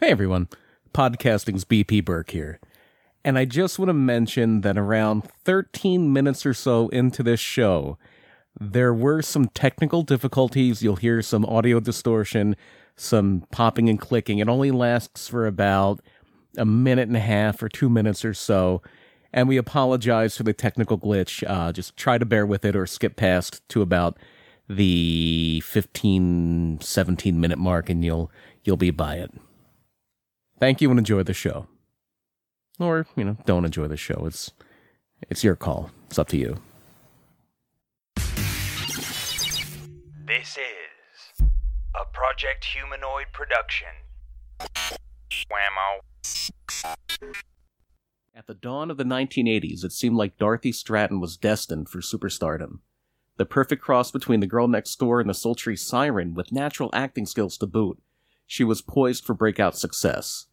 Hey everyone, podcasting's BP Burke here. And I just want to mention that around 13 minutes or so into this show, there were some technical difficulties. You'll hear some audio distortion, some popping and clicking. It only lasts for about a minute and a half or two minutes or so. And we apologize for the technical glitch. Uh, just try to bear with it or skip past to about the 15, 17 minute mark and you'll, you'll be by it. Thank you and enjoy the show. Or, you know, don't enjoy the show. It's, it's your call. It's up to you. This is a Project Humanoid production. Whammo. At the dawn of the 1980s, it seemed like Dorothy Stratton was destined for superstardom. The perfect cross between the girl next door and the sultry siren, with natural acting skills to boot, she was poised for breakout success.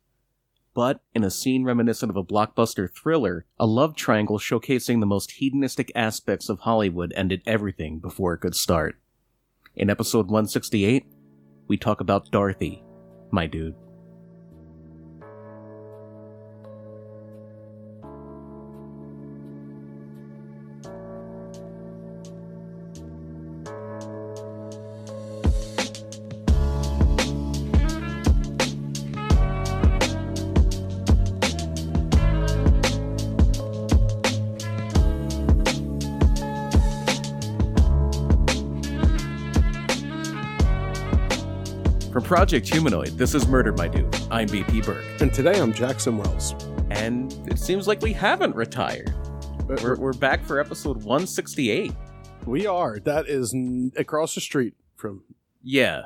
But, in a scene reminiscent of a blockbuster thriller, a love triangle showcasing the most hedonistic aspects of Hollywood ended everything before it could start. In episode 168, we talk about Dorothy, my dude. From Project Humanoid, this is Murder, my dude. I'm BP Burke. And today I'm Jackson Wells. And it seems like we haven't retired. We're, we're back for episode 168. We are. That is n- across the street from Yeah.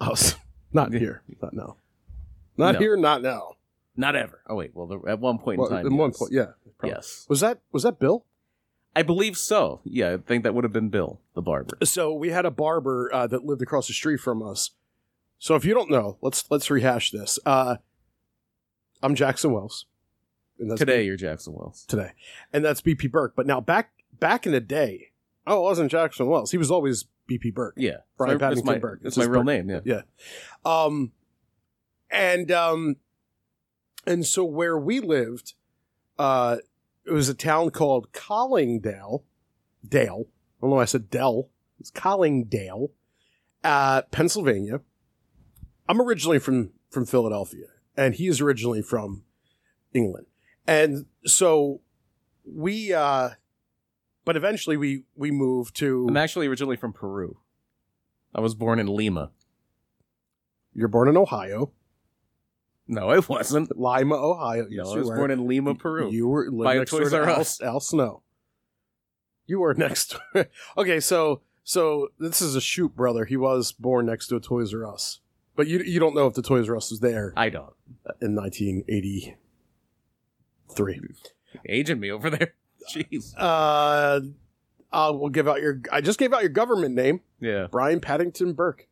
us. Not here. Not now. Not No. here. Not now. Not ever. Oh, wait. Well, there- at one point Well, in time. in one yes. point, yeah. probably. Yes. Was that was that Bill? I believe so. Yeah, I think that would have been Bill, the barber. So we had a barber uh, that lived across the street from us. So if you don't know, let's let's rehash this. Uh, I'm Jackson Wells. And that's Today, you're Jackson Wells. today, and that's BP Burke. But now back back in the day, oh, it wasn't Jackson Wells. He was always BP Burke. Yeah. Brian It's my- Paddington Burke. It's It's my his real Burke. name, yeah. Um, and um, and so where we lived, uh, it was a town called Collingdale. Dale. I don't know why I said Dell. It's Collingdale, uh, Pennsylvania. I'm originally from from Philadelphia, and he is originally from England, and so we. Uh, but eventually, we we moved to. I'm actually originally from Peru. I was born in Lima. You're born in Ohio, No, I wasn't. Lima, Ohio. Yes, No, I you was were. born in Lima, Peru. You were lived By a next Toys door to R Al, Us. Al Snow. You were next. door- okay, so so this is a shoot brother. He was born next to a Toys R Us, but you you don't know if the Toys R Us was there I don't. in 1983. Aging me over there. Jeez. Uh, I will give out your. I just gave out your government name. Yeah. Brian Paddington Burke.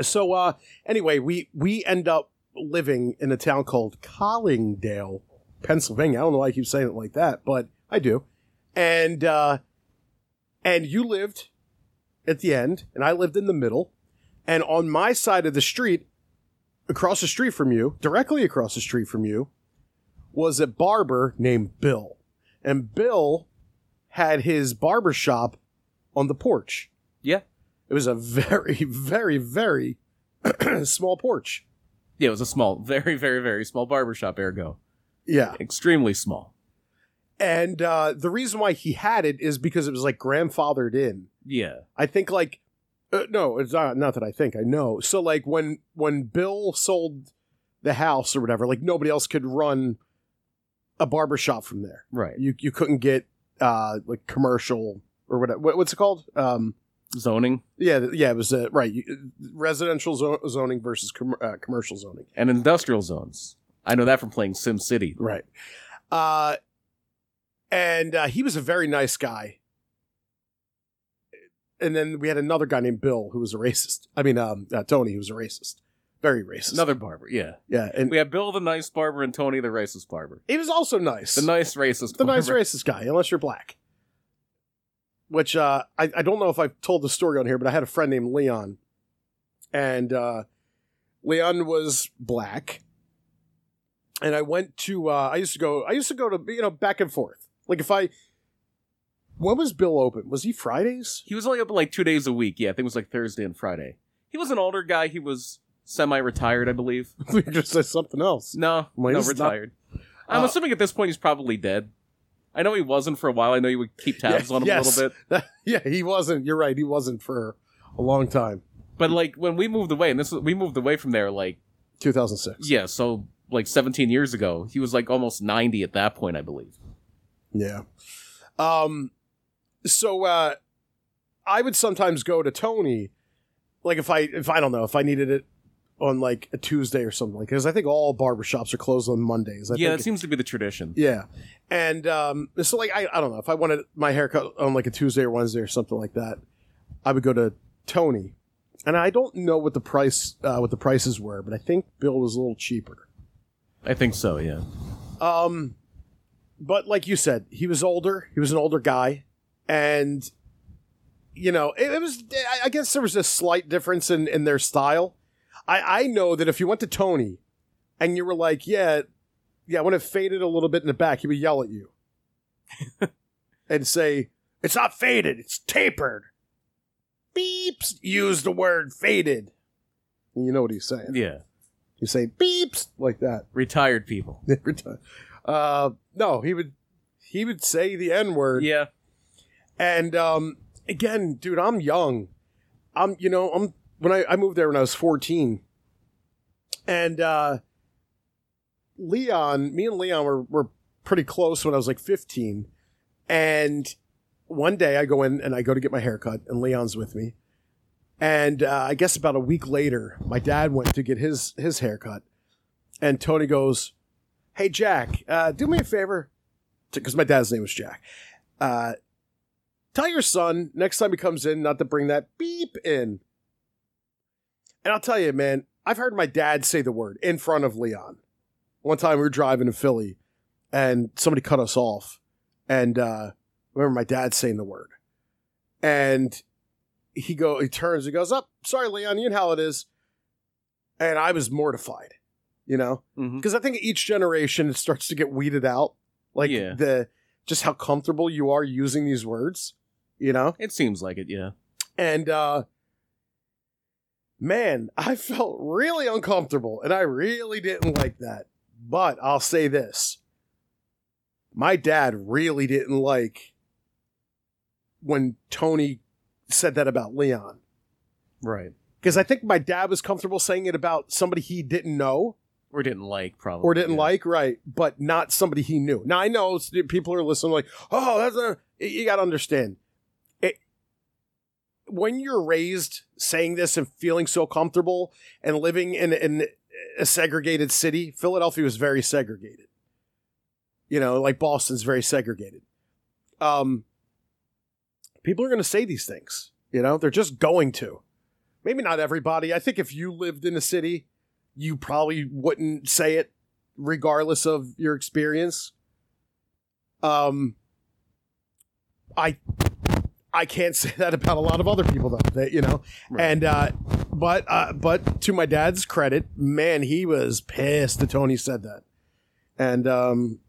So uh anyway, we we end up living in a town called Collingdale, Pennsylvania. I don't know why I keep saying it like that, but I do. And uh and you lived at the end, and I lived in the middle. And on my side of the street, across the street from you, directly across the street from you, was a barber named Bill. And Bill had his barber shop on the porch. Yeah. It was a very, very, very small porch. Yeah, it was a small, very, very, very small barbershop, ergo. Yeah. Extremely small. And uh, the reason why he had it is because it was like grandfathered in. Yeah. I think like uh, no, it's not not that I think, I know. So like when when Bill sold the house or whatever, like nobody else could run a barber shop from there. Right. You you couldn't get uh like commercial or whatever. What, what's it called? Um Zoning. yeah, th- yeah, it was uh, right. You, residential zo- zoning versus com- uh, commercial zoning. and industrial zones. I know that from playing Sim City. Right. Uh, and uh, he was a very nice guy. And then we had another guy named Bill who was a racist. I mean, um, uh, Tony who was a racist, very racist. Another barber, yeah. yeah, and We have Bill the nice barber and Tony the racist barber. he was also nice. The nice racist the barber. nice racist guy, unless you're black. Which uh, I, I don't know if I've told the story on here, but I had a friend named Leon, and uh, Leon was black, and I went to. Uh, I used to go. I used to go to you know back and forth. Like if I, when was Bill open? Was he Fridays? He was only open like two days a week. Yeah, I think it was like Thursday and Friday. He was an older guy. He was semi-retired, I believe. we just said something else. No, Wait, no, this is not- retired. I'm Uh, assuming at this point he's probably dead. I know he wasn't for a while. I know you would keep tabs Yeah, on him a yes. little bit. yeah, he wasn't. You're right. He wasn't for a long time. But like when we moved away, and this was- we moved away from there, like 2006. yeah, so like 17 years ago, he was like almost 90 at that point, I believe. Yeah. Um so uh I would sometimes go to Tony like if I if I don't know if I needed it on like a Tuesday or something like cuz I think all barbershops are closed on Mondays. I yeah, think that seems to be the tradition. yeah. And um, so, like, I, I don't know. If I wanted my haircut on like a Tuesday or Wednesday or something like that, I would go to Tony. And I don't know what the price uh, what the prices were, but I think Bill was a little cheaper. I think so. Yeah. Um, but like you said, he was older. He was an older guy, and you know, it, it was. I- I guess there was a slight difference in in their style. I I know that if you went to Tony, and you were like, yeah, yeah, when it faded a little bit in the back, he would yell at you, and say, "It's not faded. It's tapered." Beeps. Use the word faded. You know what he's saying. Yeah. He's saying beeps like that. Retired people. Every time. Uh, no, he would he would say the N word. Yeah. And um, again, dude, I'm young. I'm you know I'm when I, I moved there when I was 14, and uh, Leon, me and Leon were were pretty close when I was like 15, and one day I go in and I go to get my haircut, and Leon's with me. And uh, I guess about a week later, my dad went to get his his haircut, and Tony goes, "Hey Jack, uh, do me a favor," because my dad's name was Jack. Uh, tell your son next time he comes in not to bring that beep in. And I'll tell you, man, I've heard my dad say the word in front of Leon. One time we were driving to Philly and somebody cut us off. And uh, I remember my dad saying the word. And he go he turns, he goes, Up, sorry, Leon, you know how it is. And I was mortified, you know? hmm because I think each generation it starts to get weeded out, like Yeah. the just how comfortable you are using these words, you know. It seems like it. Yeah. And uh man, I felt really uncomfortable, and I really didn't like that. But I'll say this: my dad really didn't like when Tony said that about Leon Right. because I think my dad was comfortable saying it about somebody he didn't know. Or didn't like probably. or didn't yeah. like, right? But not somebody he knew. Now I know s- people are listening, like, oh, that's a. You got to understand, it. When you're raised saying this and feeling so comfortable and living in in a segregated city, Philadelphia was very segregated. You know, like Boston's very segregated. Um, people are going to say these things. You know, they're just going to. Maybe not everybody. I think if you lived in a city, you probably wouldn't say it regardless of your experience. Um, I I can't say that about a lot of other people though. That you know, Right. and uh, but uh, but to my dad's credit, man, he was pissed that Tony said that, and um,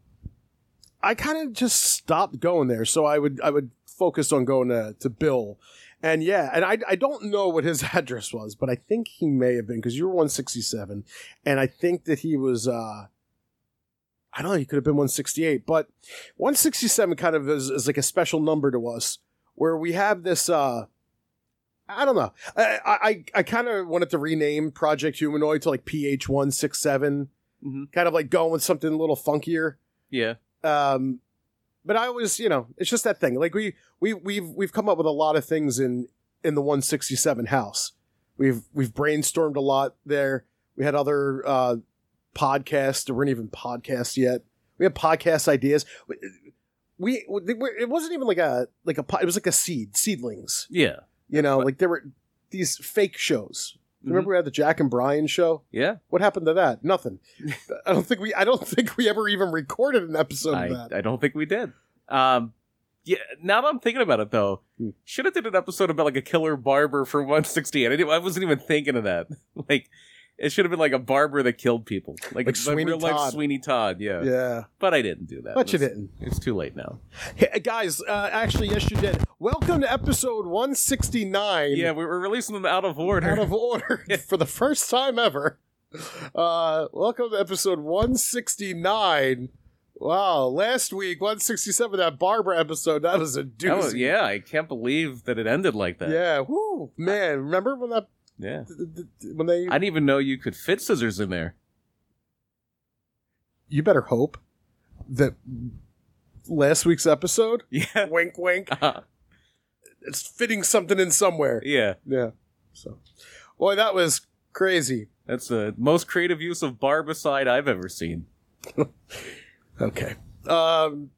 I kind of just stopped going there. So I would I would focus on going to to Bill. And yeah, and I, I don't know what his address was, but I think he may have been because you were 167 and I think that he was uh I don't know, he could have been 168, but 167 kind of is, is like a special number to us where we have this uh I don't know. I I, I kind of wanted to rename Project Humanoid to like PH167, Mhm. kind of like going with something a little funkier Yeah. um but i always you know it's just that thing like we we we've we've come up with a lot of things in in the 167 house we've we've brainstormed a lot there we had other uh podcasts that weren't even podcasts yet we had podcast ideas we, we, we it wasn't even like a like a po- it was like a seed seedlings Yeah. you know like there were these fake shows remember we had the jack and brian show Yeah. what happened to that nothing i don't think we i don't think we ever even recorded an episode of I, that I don't think we did. Um, yeah. Now that I'm thinking about it, though, Hmm. should have did an episode about like a killer barber for 168. I, didn't, I wasn't even thinking of that. Like, It should have been like a barber that killed people, like, Like Sweeney real life Todd. Sweeney Todd. Yeah. Yeah. but I didn't do that. But you It's- didn't. It's too late now. Hey, guys, uh, actually, yes, you did. Welcome to episode 169 Yeah, we were releasing them out of order. out of order for the first time ever. Uh, welcome to episode 169. Wow, last week, 167, that Barbara episode, that was a doozy. That was- yeah, I can't believe that it ended like that. Yeah, whoo, man! Remember when that yeah. when they? I didn't even know you could fit scissors in there. you better hope that last week's episode, Yeah. wink, wink, it's fitting something in somewhere. Uh, yeah. Yeah. So, boy, that was crazy. That's the most creative use of barbicide I've ever seen. Okay. Um.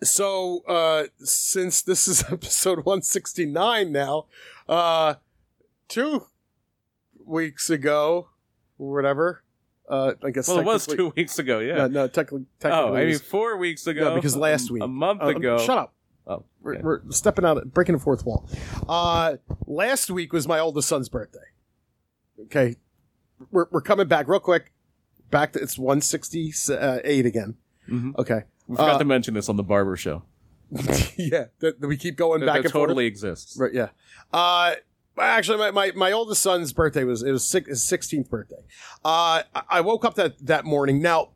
So, uh, since this is episode 169 now, uh, two weeks ago, or whatever, uh, I guess Well, it was technically- two weeks ago, yeah. No, no, technically, technically oh, it I mean, was- four weeks ago. No, because last a- week. A month Uh, ago. Shut up. Oh, We're, okay. we're stepping out, breaking the fourth wall. Uh, last week was my oldest son's birthday. Okay. We're, we're coming back real quick. Back to it's 168 again. Mhm. Okay. We forgot uh, to mention this on the barber show. yeah. That, that we keep going That, back that and totally exists. forth. Right. Yeah. Uh, actually, my, my, my oldest son's birthday was, it was six, his 16th birthday. Uh, I- I woke up that, that morning. Now,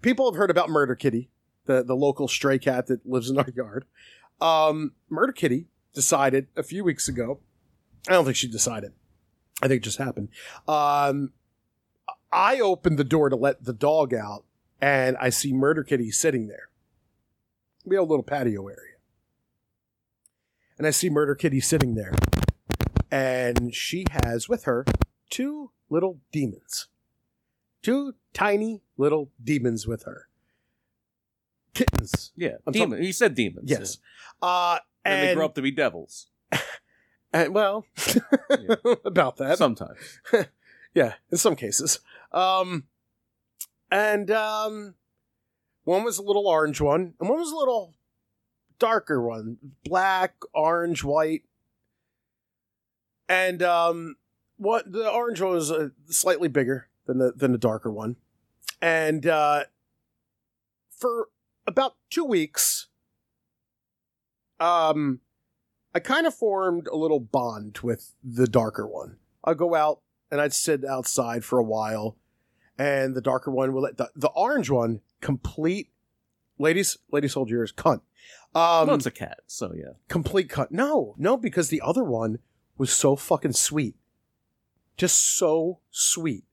people have heard about Murder Kitty, the, the local stray cat that lives in our yard. Um, Murder Kitty decided a few weeks ago. I don't think she decided. I think it just happened. Um, I opened the door to let the dog out, and I see Murder Kitty sitting there. We have a little patio area. And I see Murder Kitty sitting there. And she has with her two little demons two tiny little demons with her. Kittens. Yeah. I'm Demon. You said demons. Yes. Uh, And, and, they grow up to be devils. and- well, about that. Sometimes. yeah, in some cases. Um, and um, one was a little orange one, and one was a little darker one, black, orange, white. And um, what the orange one was uh, slightly bigger than the than the darker one, and uh, for about two weeks, um, I kind of formed a little bond with the darker one. I'll go out and I'd sit outside for a while, and the darker one will let the, the orange one complete. Ladies, ladies, hold yours, cunt. Um, well, it's a cat, so yeah. complete cut. No, no, because the other one was so fucking sweet. Just so sweet.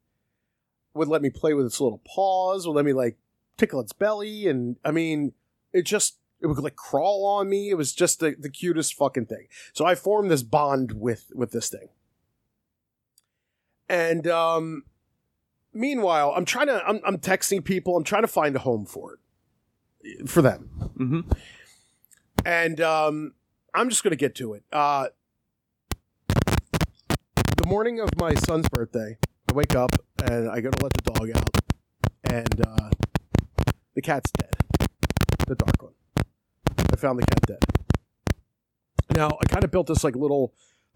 Would let me play with its little paws, would let me like tickle its belly, and I mean, it just it would like crawl on me. It was just the, the cutest fucking thing. So I formed this bond with with this thing. And um meanwhile, I'm trying to I'm I'm texting people, I'm trying to find a home for it. For them hmm and um, I'm just going to get to it. Uh, the morning of my son's birthday, I wake up and I go to let the dog out, and uh, the cat's dead. The dark one. I found the cat dead. Now I kind of built this like little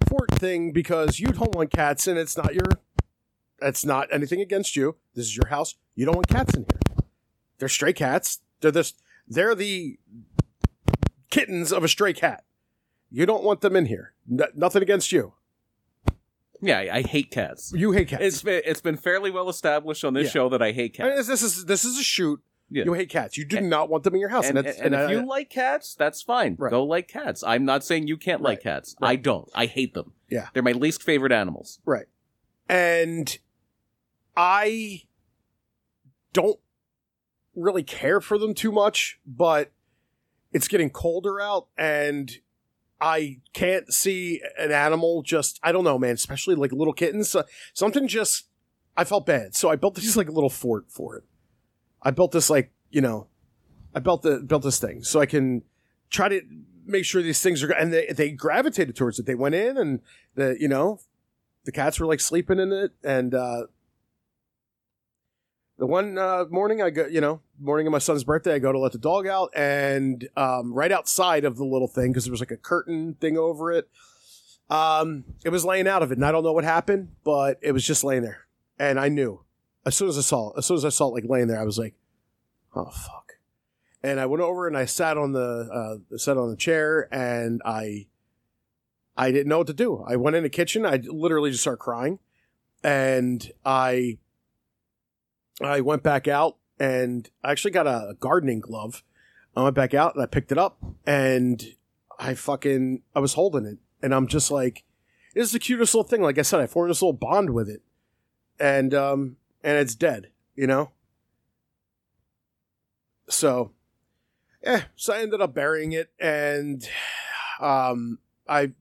fort thing because you don't want cats, and it's not your. It's not anything against you. This is your house. You don't want cats in here. They're stray cats. They're this. They're the kittens of a stray cat. You don't want them in here. N- nothing against you. Yeah, I, I hate cats. You hate cats. It's been, it's been fairly well established on this Yeah. show that I hate I mean, cats. this, this is this is a shoot. Yeah. You hate cats. You do not want them in your house. And, And, and, that's, and if I- you like cats, that's fine. uh, Right. Go like cats. I'm not saying you can't like cats. I don't. I hate them. Yeah. They're my least favorite animals. Right. And I don't really care for them too much, but it's getting colder out and I can't see an animal just I don't know, man, especially like little kittens. So- something just I felt bad. So I built this like little fort for it. I built this like, you know, I built the built this thing so I can try to make sure these things are and they, they gravitated towards it. They went in and the you know, the cats were like sleeping in it and uh the one uh, morning i go you know morning of my son's birthday i go to let the dog out and um, right outside of the little thing because there was like a curtain thing over it um, it was laying out of it and i don't know what happened but it was just laying there and I knew as soon as I saw it, as soon as I saw it like laying there, I was like, oh fuck. And I went over and I sat on the uh, sat on the chair and I I didn't know what to do. I went in the kitchen. I literally just started crying, and I I went back out and I actually got a gardening glove. I went back out and I picked it up and I fucking I was holding it and I'm just like, this is the cutest little thing. Like I said, I formed this little bond with it, and um and it's dead, you know. So, eh. So I ended up burying it and um I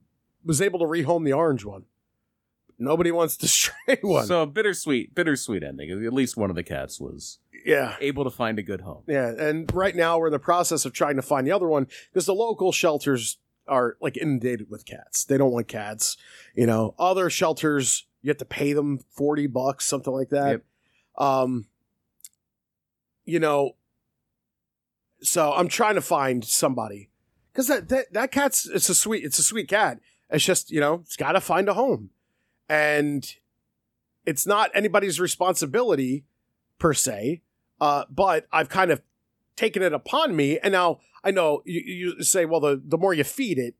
was able to rehome the orange one. Nobody wants the stray one. So bittersweet, bittersweet ending. At least one of the cats was yeah. able to find a good home. Yeah, and right now we're in the process of trying to find the other one because the local shelters are like inundated with cats. They don't want cats, you know. Other shelters you have to pay them 40 bucks, something like that. Um you know so I'm trying to find somebody cuz that, that that cat's it's a sweet it's a sweet cat. It's just, you know, it's got to find a home. And it's not anybody's responsibility per se uh, but I've kind of taken it upon me, and now I know you, you say, well, the the more you feed it,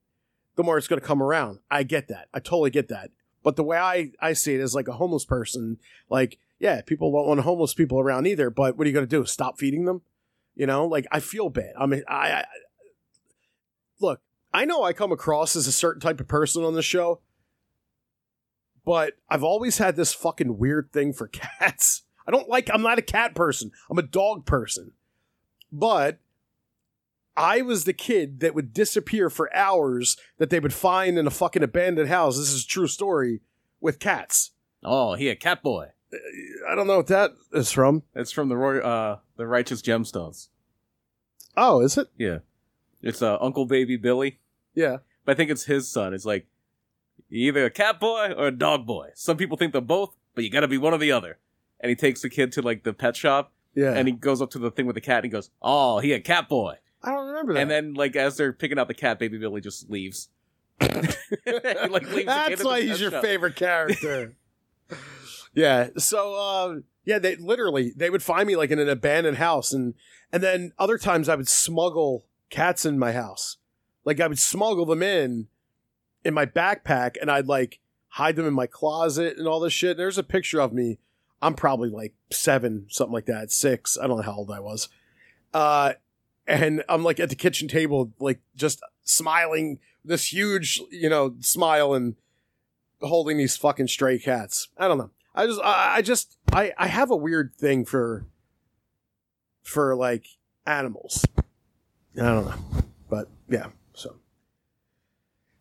the more it's going to come around. I get that. I totally get that. But the way I I see it is like a homeless person, like yeah, people don't want homeless people around either. But what are you going to do? Stop feeding them? You know, like I feel bad. I mean, I, I look. I know I come across as a certain type of person on the show, but I've always had this fucking weird thing for cats. I don't like, I'm not a cat person. I'm a dog person. But I was the kid that would disappear for hours that they would find in a fucking abandoned house. This is a true story with cats. Oh, he a cat boy. I don't know what that is from. It's from the Roy, uh, the Righteous Gemstones. Oh, is it? Yeah, it's uh, Uncle Baby Billy, Yeah. but I think it's his son. It's like either a cat boy or a dog boy. Some people think they're both, but you got to be one or the other. And he takes the kid to like the pet shop, Yeah. and he goes up to the thing with the cat, and he goes, "Oh, he a cat boy." I don't remember that. And then, like, as they're picking out the cat, Baby Billy just leaves. He, like, leaves the kid at That's the why pet he's your shop. favorite character. yeah. So uh, yeah, they literally they would find me like in an abandoned house, and and then other times I would smuggle cats in my house, like I would smuggle them in in my backpack, and I'd like hide them in my closet and all this shit. There's a picture of me. I'm probably like seven, something like that, six. I don't know how old I was. Uh, and I'm like at the kitchen table, like just smiling this huge, you know, smile and holding these fucking stray cats. I don't know. I just, I, I just, I, I have a weird thing for, for like animals. I don't know, but yeah. So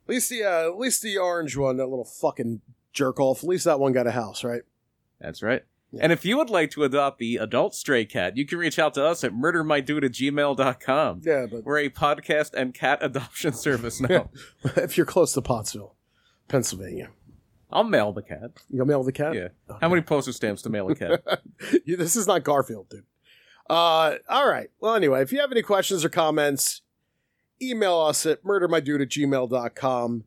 at least the, uh, at least the orange one, that little fucking jerk off. At least that one got a house, right? That's right. Yeah. And if you would like to adopt the adult stray cat, you can reach out to us at murdermydude at gmail.com. Yeah, but We're a podcast and cat adoption service now. if you're close to Pottsville, Pennsylvania, I'll mail the cat. you'll mail the cat. Yeah. How many postage stamps to mail a cat? You- this is not Garfield, dude. Uh, all right. Well, anyway, if you have any questions or comments, email us at murdermydude at gmail.com.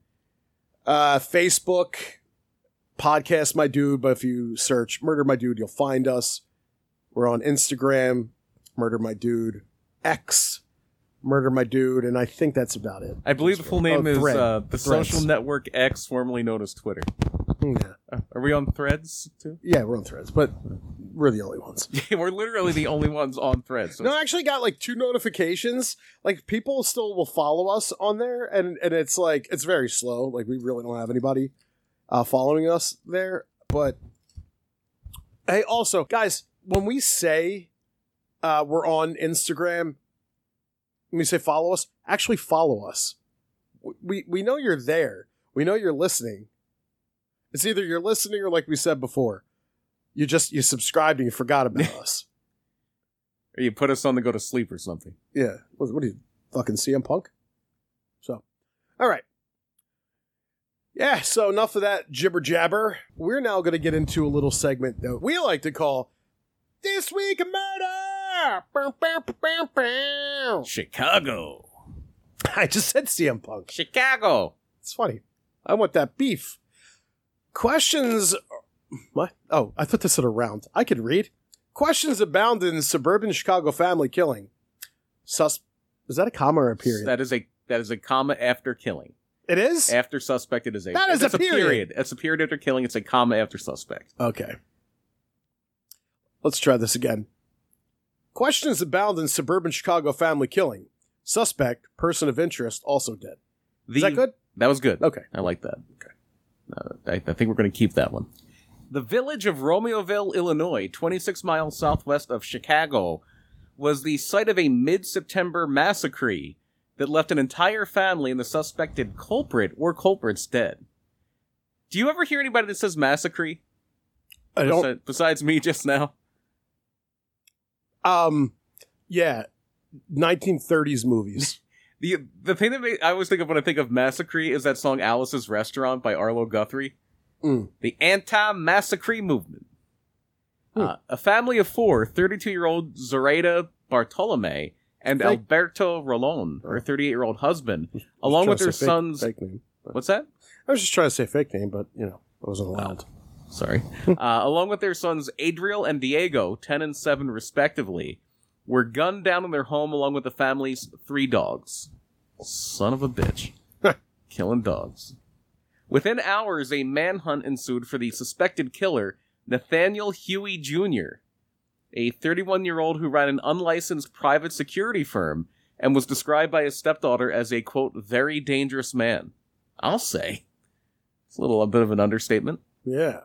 Uh, Facebook, podcast my dude, but if you search murder my dude, you'll find us. We're on Instagram, murder my dude, X, murder my dude, and I think that's about it. I believe the full name Oh, is Thread. uh, the Threads. social network X, formerly known as Twitter. Uh, Yeah. Are we on threads too? yeah, we're on threads, but we're the only ones. We're literally the only ones on threads. So No, I actually got like two notifications. Like people still will follow us on there, and and it's like it's very slow. Like we really don't have anybody uh, following us there. But hey, also guys, when we say uh, we're on Instagram, when we say follow us, actually follow us. W- We we know you're there. We know you're listening. It's either you're listening or, like we said before, you just you subscribed and you forgot about us. or you put us on to go to sleep or something. Yeah. What, what are you, fucking CM Punk? So, all right. Yeah, so enough of that jibber jabber. We're now going to get into a little segment that we like to call This Week in Murder! Bow, bow, bow, bow, bow. Chicago. I just said CM Punk. Chicago. It's funny. I want that beef. Questions What? Oh, I thought this said around. I could read. Questions abound in suburban Chicago family killing. Sus. Is that a comma or a period? That is a that is a comma after killing. it is? After suspect, it is a That is it's a period. It's a period after killing. It's a comma after suspect. Okay. Let's try this again. Questions abound in suburban Chicago family killing. Suspect, person of interest, also dead. The, Is that good? That was good. Okay. I like that. Okay. I, I think we're going to keep that one. The village of Romeoville, Illinois, 26 miles southwest of Chicago, was the site of a mid September massacre that left an entire family and the suspected culprit or culprits dead. Do you ever hear anybody that says massacre I don't. besi- besides me just now? Um, yeah, 1930s movies. The, the thing that ma- I always think of when I think of massacre is that song Alice's Restaurant by Arlo Guthrie. Mm. the anti-massacre movement. Hmm. Uh, a family of four, 32-year-old Zoraida Bartolome and Thank- Alberto Rolon, her 38-year-old husband, along with Trying to their say fake- sons. Fake name. What's that? I was just trying to say fake name, but you know, I wasn't allowed. Sorry. uh, along with their sons Adriel and Diego, 10 and 7 respectively, were gunned down in their home along with the family's three dogs. Son of a bitch. Killing dogs. Within hours, a manhunt ensued for the suspected killer, Nathaniel Huey Jr., a 31 year old who ran an unlicensed private security firm and was described by his stepdaughter as a, quote, very dangerous man. I'll say. It's a little a bit of an understatement. Yeah.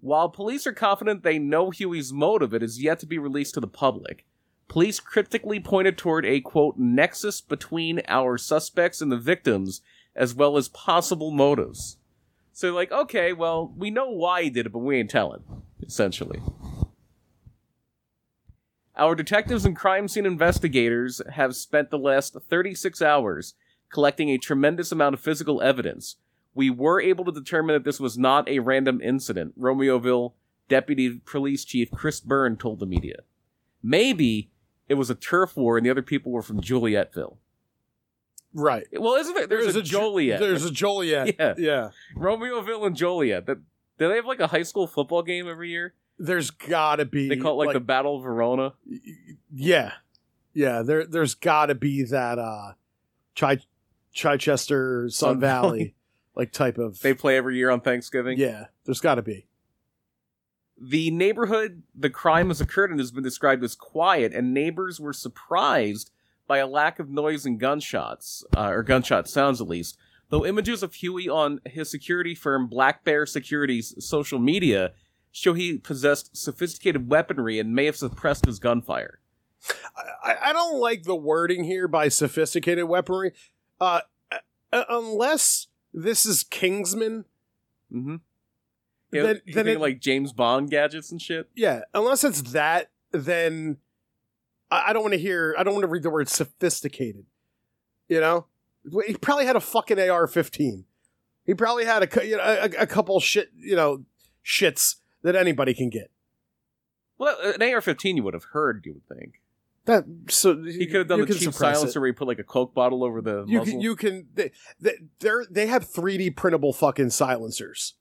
While police are confident they know Huey's motive, it is yet to be released to the public. Police cryptically pointed toward a quote nexus between our suspects and the victims, as well as possible motives. So, like, okay, well, we know why he did it, but we ain't telling, essentially. Our detectives and crime scene investigators have spent the last 36 hours collecting a tremendous amount of physical evidence, we were able to determine that this was not a random incident, Romeoville Deputy Police Chief Chris Byrne told the media. Maybe it was a turf war and the other people were from Julietville. Right. Well, isn't there? There's, a, Ju- Joliet. There's a Joliet. Yeah. Yeah. Romeoville and Joliet. That, do they have like a high school football game every year? There's gotta be. They call it like, the Battle of Verona. Yeah. Yeah. There. There's gotta be that. Uh, Chi, Chichester Sun, Sun Valley. Valley, like type of. They play every year on Thanksgiving. yeah. There's gotta be. The neighborhood the crime has occurred in has been described as quiet, and neighbors were surprised by a lack of noise and gunshots, uh, or gunshot sounds at least. Though images of Huey on his security firm Black Bear Security's social media show he possessed sophisticated weaponry and may have suppressed his gunfire. I, I don't like the wording here by sophisticated weaponry, uh, uh, unless this is Kingsman. Mm-hmm. Then- you then think it- like James Bond gadgets and shit. Yeah, unless it's that, then I, I don't want to hear. I don't want to read the word sophisticated. You know, he probably had a fucking AR-15. He probably had a cou- you know, a, a couple shit you know shits that anybody can get. Well, an AR-15 you would have heard, you would think. That so He could have done you the can cheap suppress it. silencer where he put like a coke bottle over the You muzzle. can, you can they, they they're- they have 3D printable fucking silencers.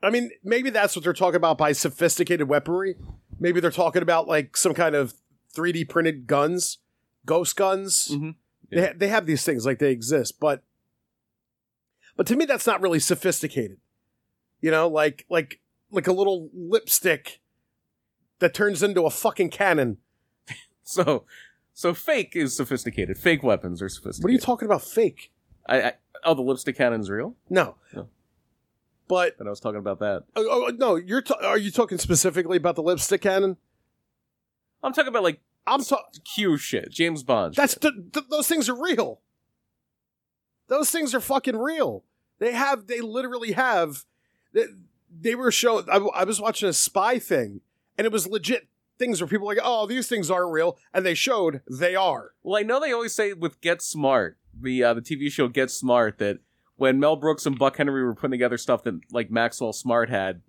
I mean, maybe that's what they're talking about by sophisticated weaponry. Maybe they're talking about like some kind of 3D printed guns, ghost guns. Mhm. They ha- they have these things like they exist, but but to me that's not really sophisticated. You know, like like like a little lipstick that turns into a fucking cannon. So, so fake is sophisticated. Fake weapons are sophisticated. What are you talking about fake? I, I, oh, the lipstick cannon's real. No. No. But And I was talking about that. Oh, oh, no, you're ta- are you talking specifically about the lipstick cannon? I'm talking about like I'm talking. Q shit, James Bond. That's th- th- those things are real. Those things are fucking real. They have. They literally have. They, they were showing. I, w- I was watching a spy thing, and it was legit things where people were like, "Oh, these things aren't real," and they showed they are. Well, I know they always say with Get Smart, the uh, the TV show Get Smart, that when Mel Brooks and Buck Henry were putting together stuff that like Maxwell Smart had,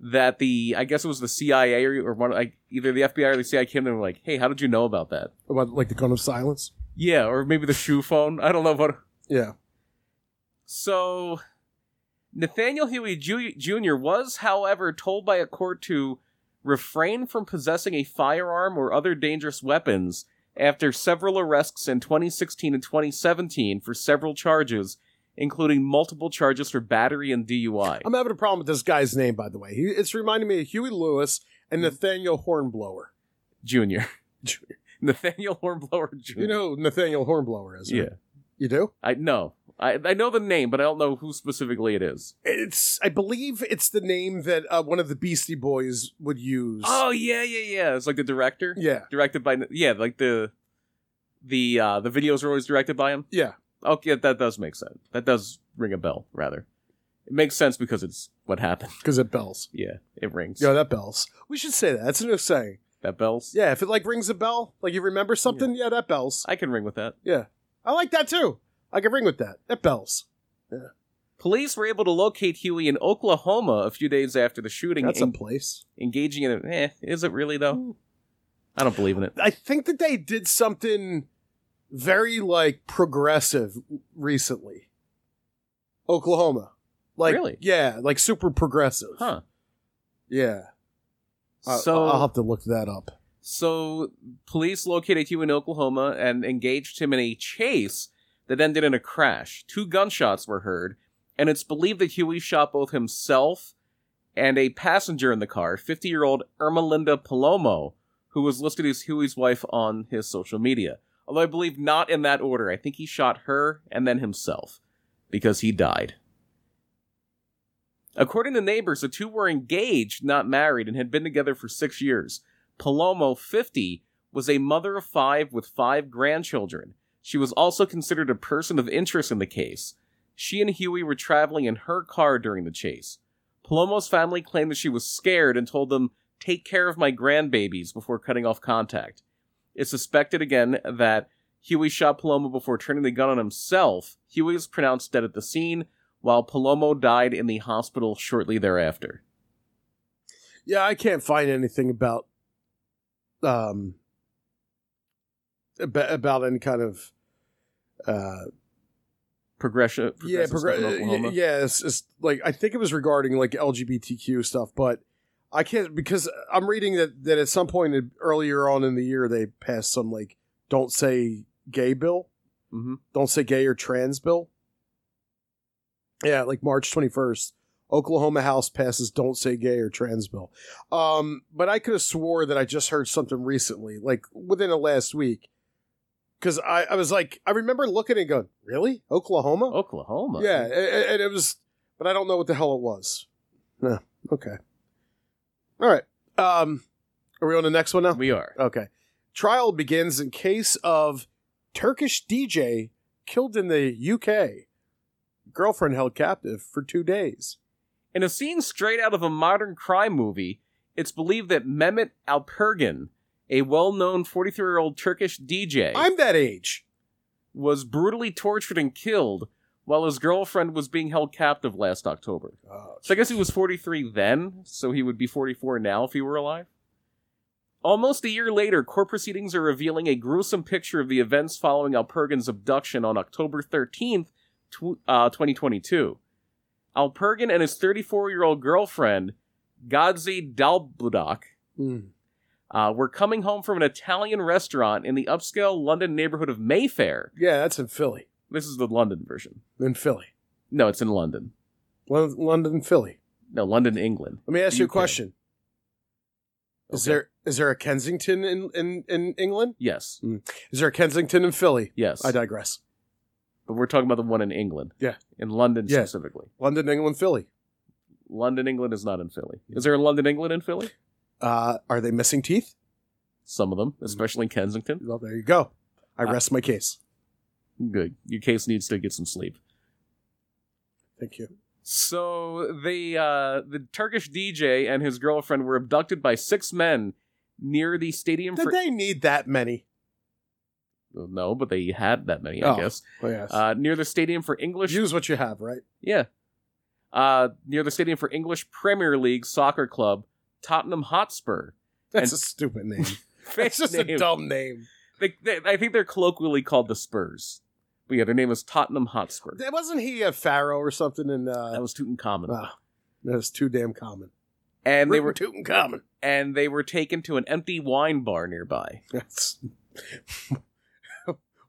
that the I guess it was the CIA or, or one like either the FBI or the CIA came to them and were like, hey, how did you know about that? About like the gun of silence. Yeah, or maybe the shoe phone. I don't know what. Yeah. So Nathaniel Huey Ju- Jr. was, however, told by a court to refrain from possessing a firearm or other dangerous weapons after several arrests in 2016 and 2017 for several charges, including multiple charges for battery and DUI. I'm having a problem with this guy's name, by the way. He, it's reminding me of Huey Lewis and Nathaniel Hornblower. Junior. Junior. Nathaniel Hornblower Jr. You know who Nathaniel Hornblower is, right? Mm-hmm. yeah. You do? I know. I, I know the name, but I don't know who specifically it is. It's, I believe it's the name that uh, one of the Beastie Boys would use. Oh yeah, yeah, yeah. It's like the director, Yeah, directed by yeah, like the the uh the videos are always directed by him. yeah. Okay, that does make sense. That does ring a bell, rather. It makes sense because it's what happened. Because it bells. Yeah, it rings. Yeah, that bells. We should say that. That's a new saying. That bells. Yeah, if it like rings a bell, like you remember something, yeah, that bells. I can ring with that. Yeah. I like that too. I can ring with that. That bells. Police were able to locate Huey in Oklahoma a few days after the shooting, That's a en- place. engaging in a. Eh, is it really though? I don't believe in it. I think that they did something very like progressive recently. Oklahoma. Like Really? yeah, like super progressive. Huh. Yeah. I- so I'll have to look that up. So, police located Hugh in Oklahoma and engaged him in a chase that ended in a crash. Two gunshots were heard, and it's believed that Huey shot both himself and a passenger in the car, 50 year old Ermelinda Palomo, who was listed as Huey's wife on his social media. Although I believe not in that order. I think he shot her and then himself because he died. According to neighbors, the two were engaged, not married, and had been together for six years. Palomo, 50, was a mother of five with five grandchildren. She was also considered a person of interest in the case. She and Huey were traveling in her car during the chase. Palomo's family claimed that she was scared and told them, Take care of my grandbabies before cutting off contact. It's suspected again that Huey shot Palomo before turning the gun on himself. Huey was pronounced dead at the scene, while Palomo died in the hospital shortly thereafter. Yeah, I can't find anything about um ab- about any kind of uh Progression. yeah, progressive stuff in progr- Oklahoma. uh, yeah, it's, it's like I think it was regarding like LGBTQ stuff, but I can't because I'm reading that that at some point in- earlier on in the year they passed some like don't say gay bill, Mhm. don't say gay or trans bill. Yeah, like March 21st, Oklahoma House passes don't say gay or trans bill. Um, but I could have swore that I just heard something recently, like within the last week. Because I, I was like, I remember looking and going, really? Oklahoma? Oklahoma. Yeah, a- a- and it was, but I don't know what the hell it was. No. Okay. All right. Um, are we on the next one now? We are. Okay. Trial begins in case of Turkish DJ killed in the UK. Girlfriend held captive for two days. In a scene straight out of a modern crime movie, it's believed that Mehmet Alpergin, a well known 43 year old Turkish DJ, I'm that age. was brutally tortured and killed while his girlfriend was being held captive last October. Uh, So I guess he was 43 then, so he would be 44 now if he were alive. Almost a year later, court proceedings are revealing a gruesome picture of the events following Alpergin's abduction on October 13th, tw- uh, 2022. Alpergin and his 34 year old girlfriend, Godzi Dalbudak, Mm. uh, were coming home from an Italian restaurant in the upscale London neighborhood of Mayfair. Yeah, that's in Philly. This is the London version. In Philly. No, it's in London. Lon- London, Philly. No, London, England. Let me ask you a UK. question. Is Okay. there is there a Kensington in, in, in England? Yes. Is there a Kensington in Philly? Yes. I digress. But we're talking about the one in England. Yeah. In London Yeah. specifically. London, England, Philly. London, England is not in Philly. Is there a London, England in Philly? Uh, are they missing teeth? Some of them, especially in Kensington. Well, there you go. I Uh, rest my case. Good. Your case needs to get some sleep. Thank you. So the uh, the Turkish DJ and his girlfriend were abducted by six men near the stadium. Did for- they need that many? Well, no, but they had that many, I Oh. guess. Oh, yes. Uh, near the stadium for English Use what you have, right? Yeah. Uh, near the stadium for English Premier League soccer club Tottenham Hotspur. That's And- a stupid name. Fake That's just name. a dumb name. They, they, I think they're colloquially called the Spurs But yeah, their name is Tottenham Hotspur. That wasn't he a pharaoh or something? And uh, That was Tutankhamun. ah, that's too damn common. and they Rip were Tutankhamun. and they were taken to an empty wine bar nearby. That's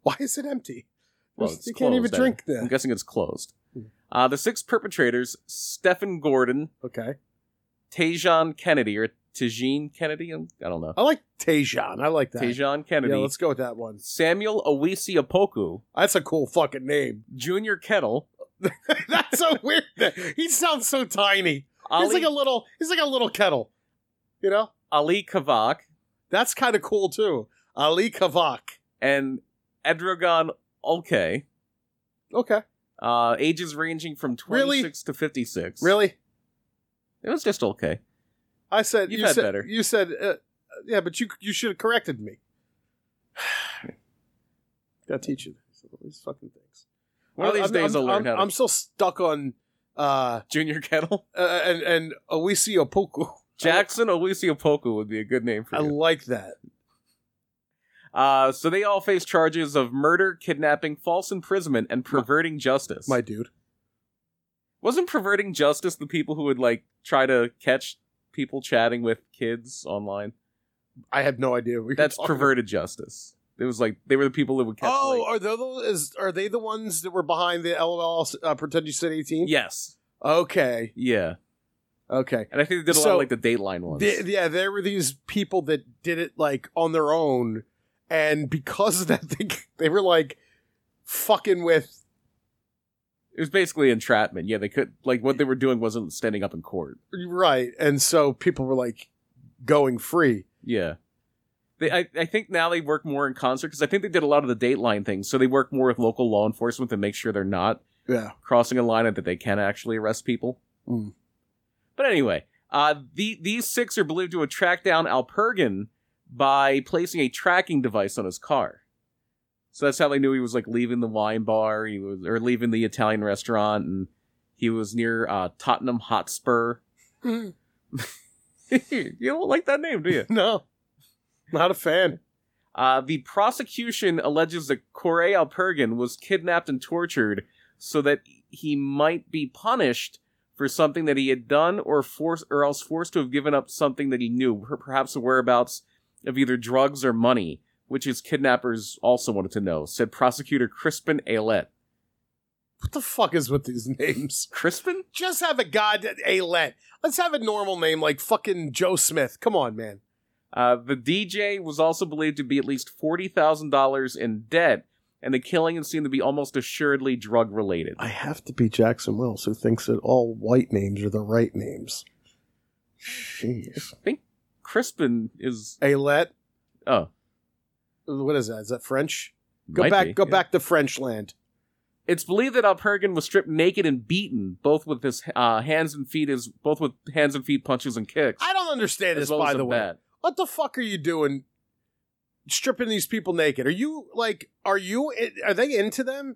why is it empty? Well, There's- it's you can't even closed, eh? drink I'm there. guessing it's closed. Hmm. Uh, the six perpetrators, Stephen Gordon, Okay, Tejan Kennedy, or Tejean Kennedy, I'm- I don't know. I like Tejan. I like that. Tejan Kennedy, Yeah, let's go with that one. Samuel Owisi Apoku, That's a cool fucking name. Junior Kettle, That's so weird. name. He sounds so tiny. Ali, He's like a little. He's like a little kettle. You know, Ali Kavak, that's kind of cool too. Ali Kavak. and Edragon Ulke, Okay, uh, ages ranging from 26 Really? to 56. really? It was just Ulke. I said You've you had said better. you said uh, yeah, but you you should have corrected me. Got to teach you these fucking things. One of these I'm- days I'm, will learn I'm, how to. I'm still stuck on uh, Junior Kettle? uh and and Owisi Opoku. Jackson Owisi Apoku would be a good name for I you. like that. Uh, so they all face charges of murder, kidnapping, false imprisonment, and perverting justice. My dude. Wasn't perverting justice the people who would like try to catch people chatting with kids online? I have no idea. what you're That's talking perverted justice. It was like they were the people that would catch. Oh, like- are those is are they the ones that were behind the LOL uh, pretend you said 18? yes, Okay. yeah, Okay. and I think they did a lot So- of like the Dateline ones. Th- yeah, there were these people that did it like on their own and because of that they they were like fucking with it was basically entrapment. Yeah, they could like what they were doing wasn't standing up in court. right and so people were like going free. Yeah. They, I, I think now they work more in concert because I think they did a lot of the Dateline things. So they work more with local law enforcement to make sure they're not Yeah. crossing a line and that they can actually arrest people. Mm. But anyway, uh, the, these six are believed to have tracked down Alpergan by placing a tracking device on his car. So that's how they knew he was like leaving the wine bar, he was or leaving the Italian restaurant, and he was near uh, Tottenham Hotspur. Mm-hmm. you don't like that name, do you? no. Not a fan. Uh, the prosecution alleges that Corey Alpergan was kidnapped and tortured so that he might be punished for something that he had done or forced or else forced to have given up something that he knew, per- perhaps the whereabouts of either drugs or money, which his kidnappers also wanted to know, said prosecutor Crispin Aylett. What the fuck is with these names? Crispin? Just have a goddamn Alet. Let's have a normal name like fucking Joe Smith. Come on, man. Uh, the DJ was also believed to be at least $40,000 in debt, and the killing seemed to be almost assuredly drug related. I have to be Jackson Wells, who thinks that all white names are the right names. Jeez. Crispin is. Alet, Oh. what is that? Is that French? Go Might back, be, go yeah. back to French land. It's believed that Alpergan was stripped naked and beaten, both with his uh, hands and feet, as both with hands and feet punches and kicks. I don't understand as this, well by as a the way. bat. What the fuck are you doing? Stripping these people naked? Are you like? Are you? Are they into them?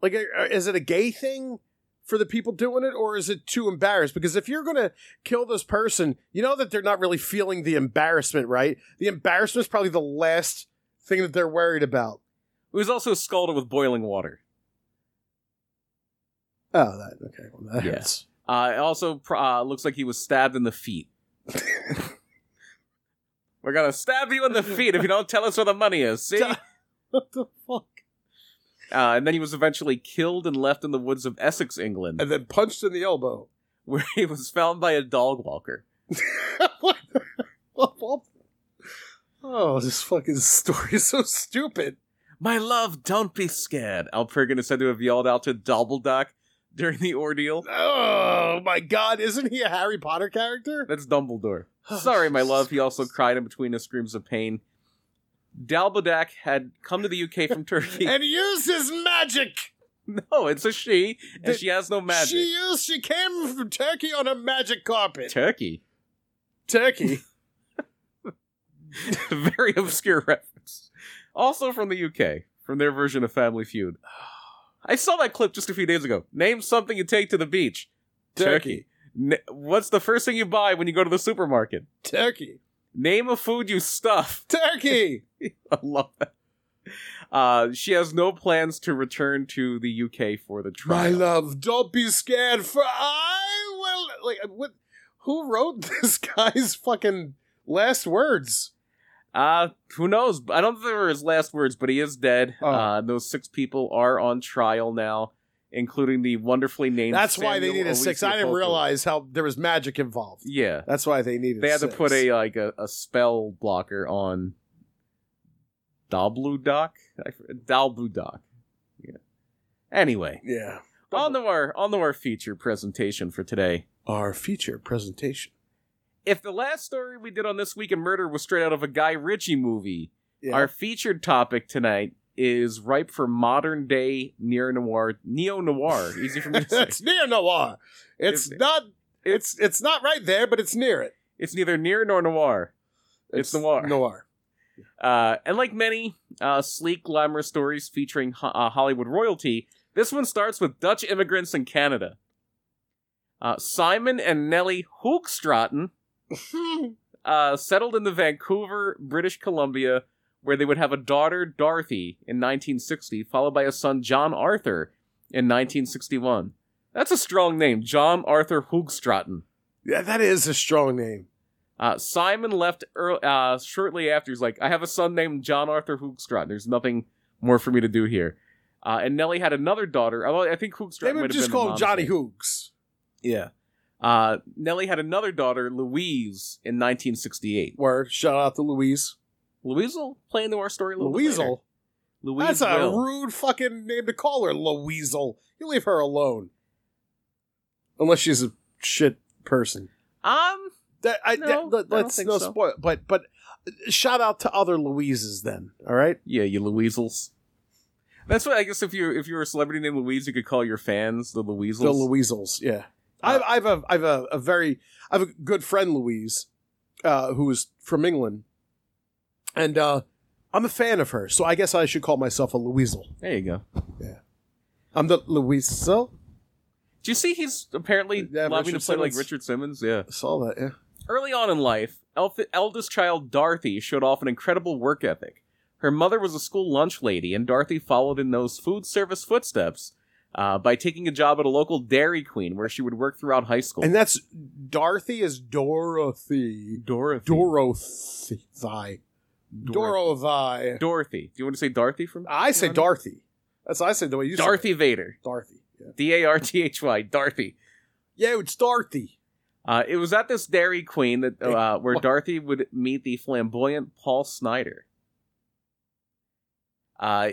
Like, are- is it a gay thing for the people doing it, or is it too embarrassed? Because if you're gonna kill this person, you know that they're not really feeling the embarrassment, right? The embarrassment is probably the last thing that they're worried about. It was also scalded with boiling water. Oh, that okay. Well, that Yeah. hurts. Uh, it also pr- uh, looks like he was stabbed in the feet. We're gonna stab you in the feet if you don't tell us where the money is. See? Uh, What the fuck? and then he was eventually killed and left in the woods of Essex, England, And then punched in the elbow. where he was found by a dog walker. oh, this fucking story is so stupid. My love, don't be scared. Alpergan is said to have yelled out to Dobbledock during the ordeal. Oh my god, isn't he a Harry Potter character? That's Dumbledore. Oh, Sorry, my love. He also cried in between his screams of pain. Dalbadak had come to the UK from Turkey. And he used his magic. no, it's a she, and Did- she has no magic. She used. She came from Turkey on a magic carpet. Turkey. Turkey. Very obscure reference. Also from the UK, from their version of Family Feud. I saw that clip just a few days ago. Name something you take to the beach. Turkey. N- what's the first thing you buy when you go to the supermarket? Turkey. Name a food you stuff. Turkey. I love that. Uh, she has no plans to return to the UK for the My trial. love, don't be scared, for I will. Like, what? Who wrote this guy's fucking last words? Uh, who knows? I don't think there were his last words, but he is dead. Oh. Uh, those six people are on trial now, including the wonderfully named. That's why they Samuel needed six. I didn't Awuzie-Opoku. realize how there was magic involved. Yeah, That's why they needed. they had to six. put a like a, a spell blocker on Doblu Doc. Doblu Doc. Yeah. Anyway, yeah. on to our on to our feature presentation for today. Our feature presentation. If the last story we did on this week in murder was straight out of a Guy Ritchie movie, Yeah. Our featured topic tonight is ripe for modern day neo noir. Neo noir, easy for me to say. it's near noir. It's Is it? not. It's it's not right there, but it's near it. It's neither near nor noir. It's noir. Noir. Uh, and like many uh, sleek, glamorous stories featuring ho- uh, Hollywood royalty, this one starts with Dutch immigrants in Canada. Uh, Simon and Nellie Hoekstraten uh, settled in the Vancouver, British Columbia, where they would have a daughter, Dorothy, in 1960, followed by a son, John Arthur, in 1961. That's a strong name, John Arthur Hoogstraten. yeah, that is a strong name. Uh, Simon left ear uh, shortly after. He's like, I have a son named John Arthur Hoogstraten. There's nothing more for me to do here. Uh, and Nellie had another daughter. although I think Hoogstraten They might would have just been call the him mom's Johnny name. Hoogs. Yeah. Uh, Nellie had another daughter, Louise, in 1968. Word. Shout out to Louise. Louise will play into our story a little bit later. Louisel. Louise That's a will. rude fucking name to call her, Louisel. You leave her alone. Unless she's a shit person. Um, That, I, No, that- I don't let's think no so. spoil. But but shout out to other Louises then. All right. yeah, you Louisels. That's what I guess if you if you were a celebrity named Louise, you could call your fans the Louisels. The Louisels, yeah. I've, I've a I've a, a very I've a good friend Louise, uh, who is from England, and uh, I'm a fan of her. So I guess I should call myself a Louisel. there you go. I'm the Louisel. Do you see he's apparently Yeah, lobbying Richard to play like Simmons. Richard Simmons? Yeah. Saw that, yeah. Early on in life, elf- eldest child Dorothy showed off an incredible work ethic. Her mother was a school lunch lady, and Dorothy followed in those food service footsteps uh, by taking a job at a local Dairy Queen, where she would work throughout high school. And that's Dorothy is Dorothy. Dorothy. Dorothy. Dorothy. Dorothy. Do you want to say Dorothy from? I say Dorothy. That's I say the way you say Dorothy Vader. it. Dorothy. Yeah. D A R T H Y, Dorothy. yeah, it's Dorothy. Uh, it was at this Dairy Queen that uh, where Dorothy would meet the flamboyant Paul Snyder. Uh,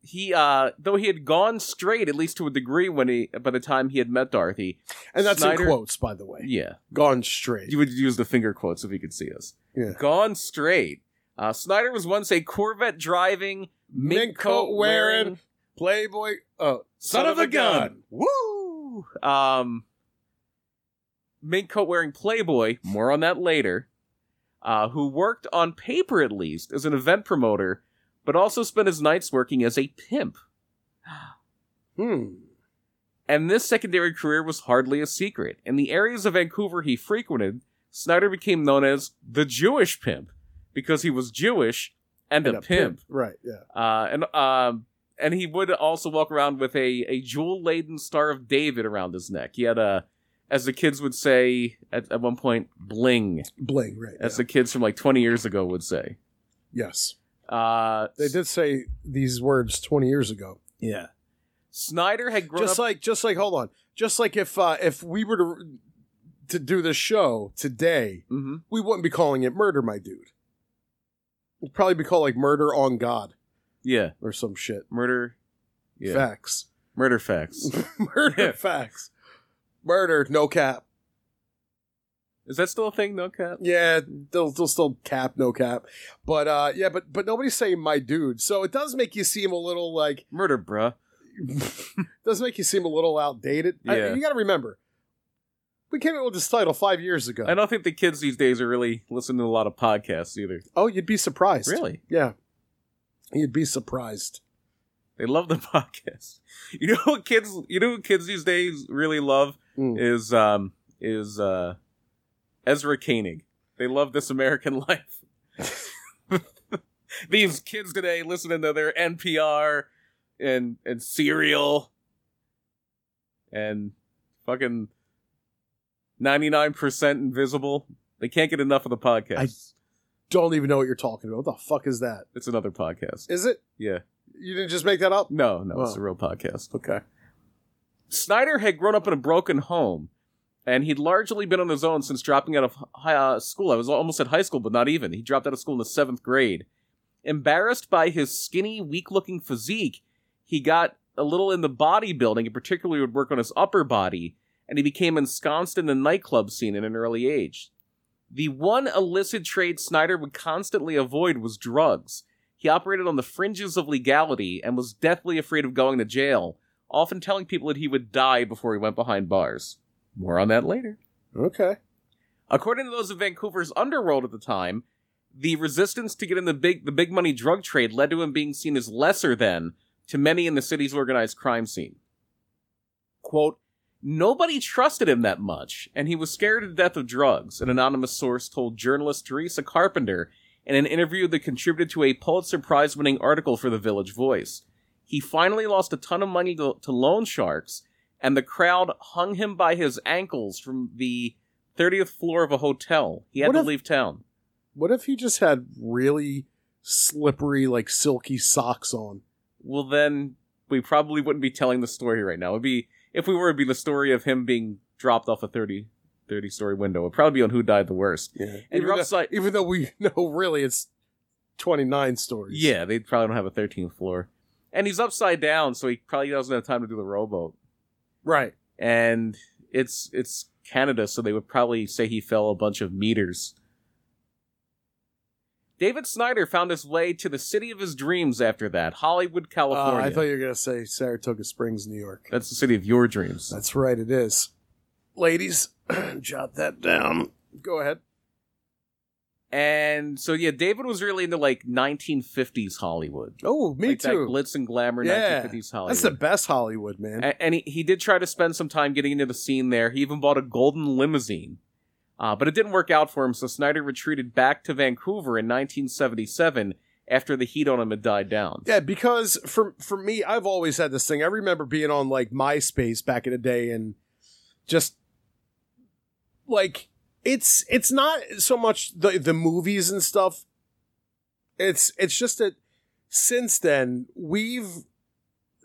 he, uh, though he had gone straight at least to a degree when he, by the time he had met Dorothy, And that's Snyder- in quotes, by the way. yeah, Gone straight. you would use the finger quotes if you could see us. Yeah. Gone straight. Uh, Snyder was once a Corvette driving, mink, Mink coat coat wearing, wearing, Playboy. Uh, Son, of, a gun. Woo! Um, mink coat wearing Playboy, more on that later, uh, who worked on paper at least as an event promoter, but also spent his nights working as a pimp. Hmm. And this secondary career was hardly a secret. In the areas of Vancouver he frequented, Snyder became known as the Jewish pimp because he was Jewish and, a, pimp. Right, yeah. Uh, and um, and he would also walk around with a a jewel laden Star of David around his neck. He had a, as the kids would say at, at one point, bling, Bling, right. as yeah. the kids from like twenty years ago would say. yes. Uh, They did say these words 20 years ago. yeah. Snyder had grown just up. like just like hold on just like if uh if we were to to do the show today Mhm. we wouldn't be calling it murder my dude we'd probably be called like murder on god Yeah, or some shit murder. Yeah, facts murder facts. murder Yeah. facts murder no cap Is that still a thing? No cap. yeah they'll, they'll still cap no cap but uh yeah but but nobody's saying my dude so it does make you seem a little like Murder, bruh. does make you seem a little outdated. I- Yeah. you got to remember, we came up with this title five years ago. I don't think the kids these days are really listening to a lot of podcasts either. Oh, you'd be surprised. Really, Yeah. You'd be surprised. they love the podcast. You know what kids? You know what kids these days really love? Mm. is um is uh Ezra Koenig. They love This American Life. these kids today listening to their NPR and and cereal and fucking ninety nine percent invisible. They can't get enough of the podcast. Don't even know what you're talking about. What the fuck is that? It's another podcast. Is it? Yeah. You didn't just make that up? No, no, it's Wow. a real podcast. Okay. Snyder had grown up in a broken home, and he'd largely been on his own since dropping out of hi- uh, school. I was almost at high school, but not even. He dropped out of school in the seventh grade. Embarrassed by his skinny, weak looking physique, he got a little into bodybuilding, and particularly would work on his upper body, and he became ensconced in the nightclub scene at an early age. The one illicit trade Snyder would constantly avoid was drugs. He operated on the fringes of legality and was deathly afraid of going to jail, often telling people that he would die before he went behind bars. More on that later. Okay. According to those in Vancouver's underworld at the time, the resistance to get in the big the big money drug trade led to him being seen as lesser than to many in the city's organized crime scene. Quote, Nobody trusted him that much, and he was scared to death of drugs, an anonymous source told journalist Teresa Carpenter in an interview that contributed to a Pulitzer Prize winning article for the Village Voice. He finally lost a ton of money to to loan sharks, and the crowd hung him by his ankles from the 30th floor of a hotel. He had What to if- leave town. What if he just had really slippery, like silky socks on? well then we probably wouldn't be telling the story right now. It'd be if we were it'd be the story of him being dropped off a 30, 30 story window. It'd probably be on who died the worst. Yeah. And Even, you're though, upside- even though we know really it's 29 stories. Yeah, they probably don't have a thirteenth floor. And he's upside down, so he probably doesn't have time to do the rowboat. Right. And it's it's Canada, so they would probably say he fell a bunch of meters. David Snyder found his way to the city of his dreams after that, Hollywood, Uh, California. I thought you were going to say Saratoga Springs, New York. That's the city of your dreams. That's right, it is. Ladies, jot that down. Go ahead. And so yeah, David was really into like 1950s Hollywood. Oh, me like That too. glitz and glamour Yeah. 1950s Hollywood. That's the best Hollywood, man. A- and he, he did try to spend some time getting into the scene there. He even bought a golden limousine. Uh, but it didn't work out for him, so Snyder retreated back to Vancouver in 1977 after the heat on him had died down. Yeah, because for for me, I've always had this thing. I remember being on like MySpace back in the day, and just like it's it's not so much the the movies and stuff. It's it's just that since then we've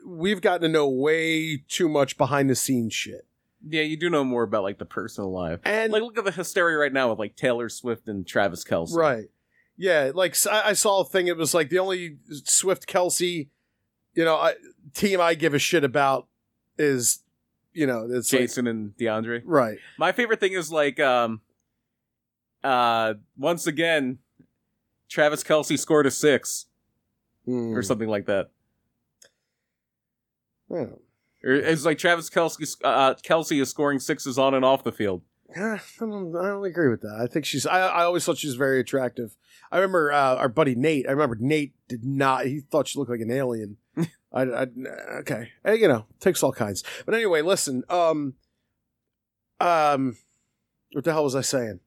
we've gotten to know way too much behind the scenes shit, Yeah, you do know more about like the personal life. and Like look at the hysteria right now with like Taylor Swift and Travis Kelce. Right. Yeah. Like s- I, I saw a thing. It was like the only Swift Kelsey, you know, I, team I give a shit about is, you know, it's like- Jason and DeAndre. right. My favorite thing is like um uh once again Travis Kelsey scored a six Hmm. or something like that. Mm. Or it's like Travis Kelsey uh, Kelsey is scoring sixes on and off the field. Yeah, I don't, I don't agree with that. I think she's. I, I always thought she was very attractive. I remember uh, our buddy Nate. I remember Nate did not. He thought she looked like an alien. I, I okay. Eh, you know, takes all kinds. But anyway, listen. Um, um, what the hell was I saying?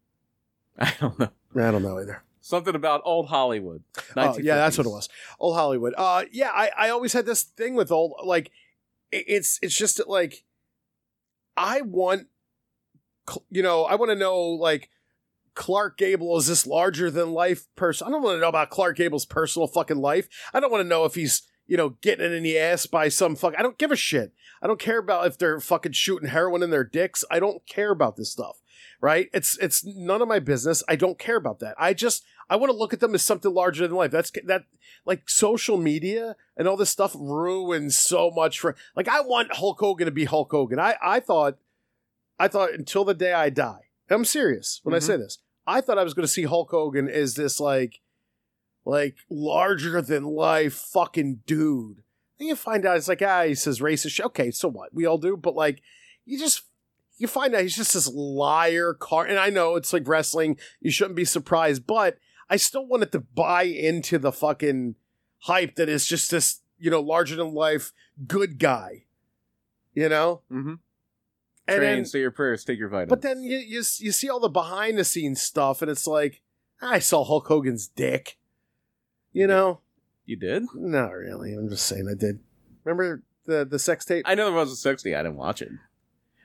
I don't know I don't know either. something about old Hollywood. Oh, yeah, that's what it 1950s. was. Old Hollywood. Uh, yeah, I, I always had this thing with old like it- it's it's just that, like I want cl- you know I want to know like Clark Gable is this larger than life person. I don't want to know about Clark Gable's personal fucking life. I don't want to know if he's you know getting it in the ass by some fuck. I don't give a shit. I don't care about if they're fucking shooting heroin in their dicks. I don't care about this stuff. Right? It's it's none of my business. I don't care about that. I just I want to look at them as something larger than life. That's that like social media and all this stuff ruins so much for like I want Hulk Hogan to be Hulk Hogan. I I thought I thought until the day I die. and I'm serious when Mhm. I say this. I thought I was going to see Hulk Hogan as this like like larger than life fucking dude. Then you find out it's like ah he says racist shit. Okay, so what? We all do, but like you just you find out he's just this liar car and I know it's like wrestling, you shouldn't be surprised, but I still wanted to buy into the fucking hype that is just this, you know, larger than life good guy. You know? Mhm. And Train, then, say your prayers, take your vitamins. but then you, you s- you see all the behind the scenes stuff and it's like I saw Hulk Hogan's dick. You know, You did? not really. I'm just saying I did. Remember the the sex tape? I know there was a sex tape. I didn't watch it.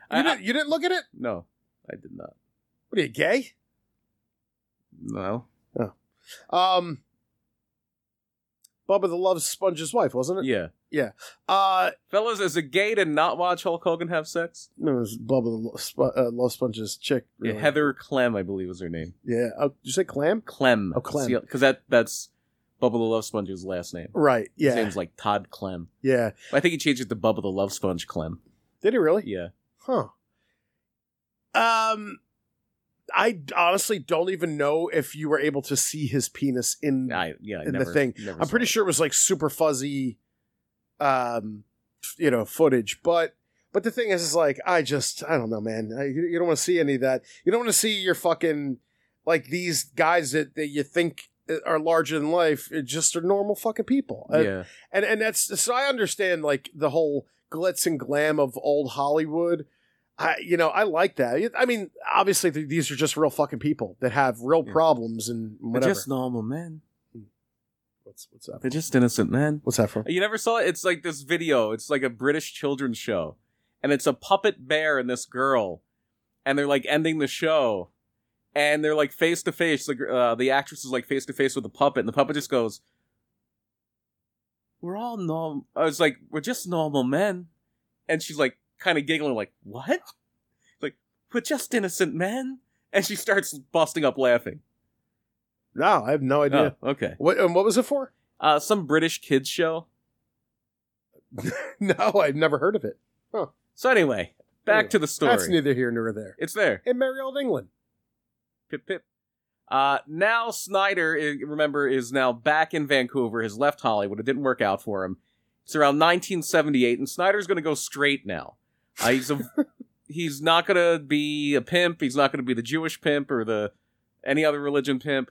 I, I- you, didn't, you didn't look at it? no, I did not. What are you gay? No. Um, Bubba the Love Sponge's wife, wasn't it? Yeah. Uh, Fellas, is it gay to not watch Hulk Hogan have sex? no, it was Bubba the Lo- Sp- uh, Love Sponge's chick. Yeah, really. Heather Clem, I believe is her name. Yeah. Oh, did you say clam? Clem. Oh, Clem. Because that, that's Bubba the Love Sponge's last name. Right. His Yeah. name's like Todd Clem. Yeah. I think he changed it to Bubba the Love Sponge Clem. Did he really? Yeah. Huh. Um, I honestly don't even know if you were able to see his penis in. I, yeah, I And the never, thing- never I'm saw pretty it. sure it was like super fuzzy, um, f- you know, footage. But but the thing is, is like I just I don't know, man. I, you, you don't want to see any of that. You don't want to see your fucking like these guys that, that you think uh, are larger than life. It just are normal fucking people. Uh, Yeah. and and that's so I understand like the whole glitz and glam of old Hollywood. I you know I like that. I mean, obviously th- these are just real fucking people that have real Yeah. problems and They're whatever. just normal men. what's what's that? They're just innocent men. What's that from? You never saw it? It's like this video. It's like a British children's show. And it's a puppet bear and this girl. And they're like ending the show. And they're like face to face. The gr- uh, the actress is like face to face with the puppet. And the puppet just goes, We're all normal. I was like, We're just normal men. And she's like, kind of giggling, like, What? Like, we're just innocent men. And she starts busting up laughing. No, I have no idea. Oh, okay. What and what was it for? Uh, some British kids show. no, I've never heard of it. So anyway, back Anyway, to the story. That's neither here nor there. It's there. In merry old England. Pip pip. Uh, now Snyder, i- remember, is now back in Vancouver. Has left Hollywood. It didn't work out for him. It's around 1978, and Snyder's going to go straight now. Uh, he's a, he's not going to be a pimp. He's not going to be the Jewish pimp or the any other religion pimp.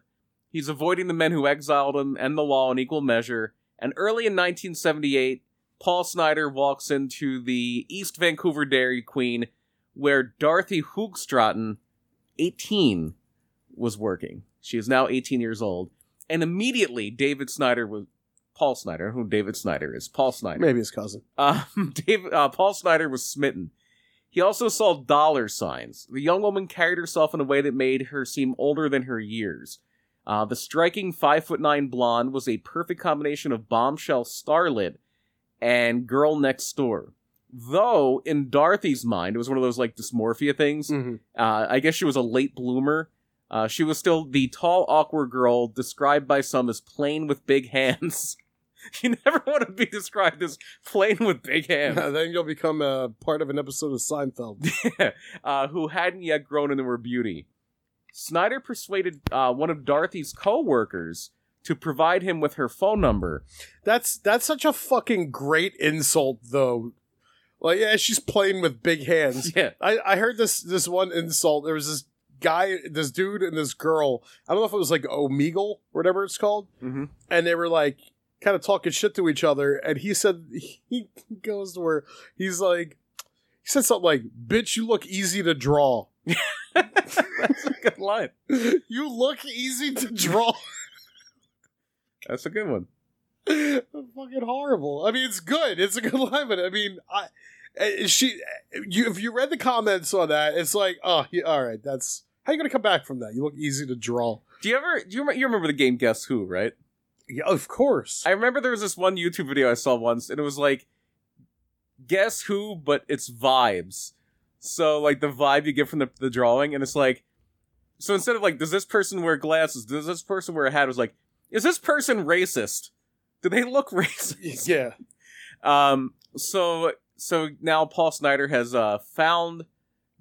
He's avoiding the men who exiled him and the law in equal measure. And early in 1978, Paul Snyder walks into the East Vancouver Dairy Queen, where Dorothy Hoogstraten, 18, was working. She is now 18 years old. And immediately, David Snyder was Paul Snyder, who David Snyder is. Paul Snyder. Maybe his cousin. Um, Dave, uh, Paul Snyder was smitten. He also saw dollar signs. The young woman carried herself in a way that made her seem older than her years. Uh, the striking five foot nine blonde was a perfect combination of bombshell starlet and girl next door. Though in Dorothy's mind, it was one of those like dysmorphia things. Uh, I guess she was a late bloomer. Uh, she was still the tall, awkward girl described by some as plain with big hands. you never want to be described as plain with big hands, then you'll become a part of an episode of Seinfeld. uh, who hadn't yet grown into her beauty. Snyder persuaded uh, one of Dorothy's co workers to provide him with her phone number. that's that's such a fucking great insult, though. Like, yeah, she's playing with big hands. Yeah. I, I heard this this one insult. There was this guy, this dude, and this girl. I don't know if it was like Omegle or whatever it's called, Mm-hmm. and they were like kind of talking shit to each other. And he said he goes to her. He's like, he said something like, "Bitch, you look easy to draw. That's a good line. You look easy to draw." That's a good one. fucking horrible. I mean, it's good. It's a good line, but I mean, I eh, she you if you read the comments on that, it's like, oh, yeah, all right, that's how you gonna come back from that. You look easy to draw. Do you ever, do you, rem- you remember the game Guess Who, right? Yeah, of course. I remember there was this one YouTube video I saw once, and it was like, guess who, but it's vibes. So, like, the vibe you get from the, the drawing, and it's like, so instead of like, does this person wear glasses? Does this person wear a hat? It was like, is this person racist? Do they look racist? yeah, Um, so, so now Paul Snyder has, uh, found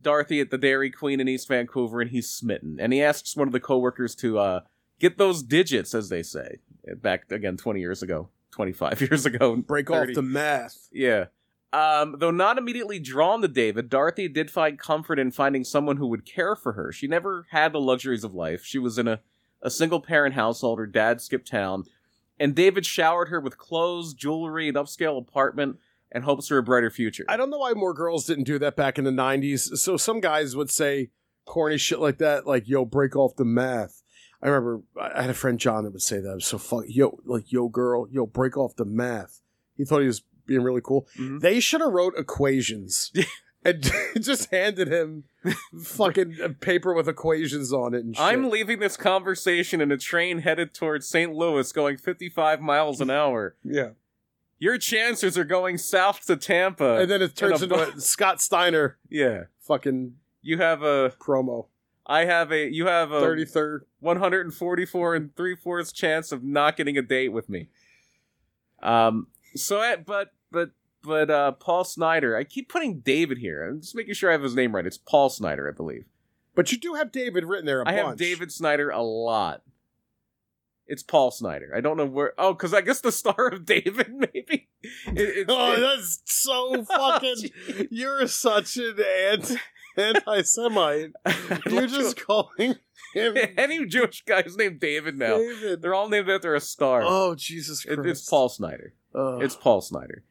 Dorothy at the Dairy Queen in East Vancouver, and he's smitten. And he asks one of the coworkers to, uh, get those digits, as they say. Back again, 20 years ago, 25 years ago. break 30. off the math. Yeah. Um, though not immediately drawn to David, Dorothy did find comfort in finding someone who would care for her. She never had the luxuries of life. She was in a, a single parent household. Her dad skipped town. And David showered her with clothes, jewelry, an upscale apartment, and hopes for a brighter future. I don't know why more girls didn't do that back in the '90s. So some guys would say corny shit like that, like "Yo, break off the math." I remember I I had a friend John that would say that. I was so fuck yo, like yo, girl, yo, break off the math. He thought he was being really cool. Mhm. They should have wrote equations and just handed him fucking a paper with equations on it. And shit. I'm leaving this conversation in a train headed towards St. Louis going 55 miles an hour. yeah, Your chances are going south to Tampa. and then it turns and a into a Scott Steiner yeah. fucking You have a promo. I have a you have a Thirty third. 144 and three fourths chance of not getting a date with me. Um. So, I, but but but uh, Paul Snyder. I keep putting David here. I'm just making sure I have his name right. It's Paul Snyder, I believe. But you do have David written there. I I have David Snyder a lot. It's Paul Snyder. I don't know where. Oh, because I guess the star of David, maybe. It- it's- Oh, that's so fucking. You're such an anti anti Semite. You're just calling him any Jewish guy's named David now. David. They're all named after a star. Oh Jesus It- Christ! it's Paul Snyder. Ugh. It's Paul Snyder.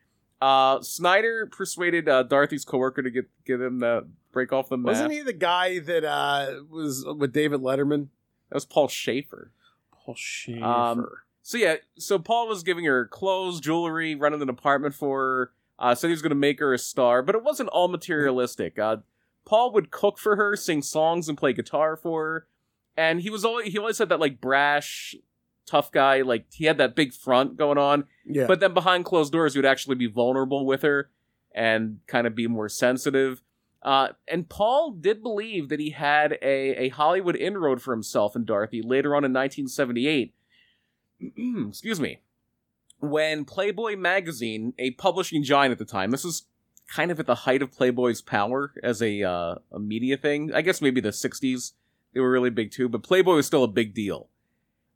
Uh, Snyder persuaded uh, Dorothy's coworker to get get him the break off the map. wasn't he the guy that uh, was with David Letterman? Um, That was Paul Schaefer. Paul Schaefer. So yeah, so Paul was giving her clothes, jewelry, running an apartment for her. Uh, said he was going to make her a star, but it wasn't all materialistic. Uh, Paul would cook for her, sing songs, and play guitar for her. And he was always he always had that like brash, tough guy. Like he had that big front going on. yeah, But then behind closed doors, you would actually be vulnerable with her and kind of be more sensitive. Uh, and Paul did believe that he had a, a Hollywood inroad for himself and Dorothy later on in 1978. Excuse me. When Playboy magazine, a publishing giant at the time, this is kind of at the height of Playboy's power as a, uh, a media thing. I guess maybe the 60s, they were really big too, but Playboy was still a big deal.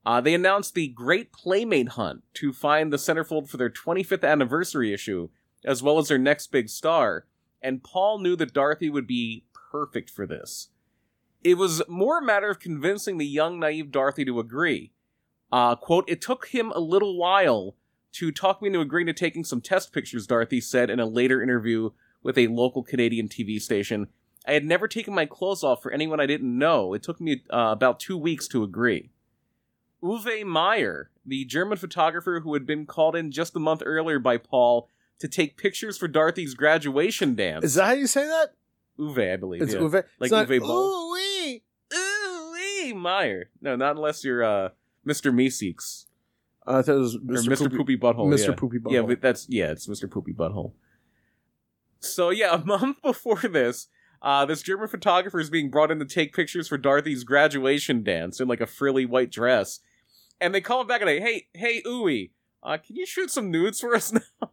Uh, they announced the Great Playmate Hunt to find the centerfold for their 25th anniversary issue, as well as their next big star. And Paul knew that Dorothy would be perfect for this. It was more a matter of convincing the young, naive Dorothy to agree. Uh, quote, It took him a little while to talk me into agreeing to taking some test pictures, Dorothy said in a later interview with a local Canadian TV station. I had never taken my clothes off for anyone I didn't know. It took me uh, about two weeks to agree. Uwe Meyer, the German photographer who had been called in just a month earlier by Paul to take pictures for Dorothy's graduation dance. is that how you say that? Uwe, I believe. It's yeah. Uwe. Like it's not, Uwe Boll? Ooh-wee. Uwe Meyer. No, not unless you're uh, Mr. Meeseeks Uh, I thought it was or Mr. Mr. Poopy, Butthole. Mr. yeah. Poopy Yeah, Butthole. but that's yeah, it's Mr. Poopy Butthole. So yeah, a month before this, uh, this German photographer is being brought in to take pictures for Dorothy's graduation dance in like a frilly white dress, and they call him back and they, hey, hey, Ooey, uh, can you shoot some nudes for us now?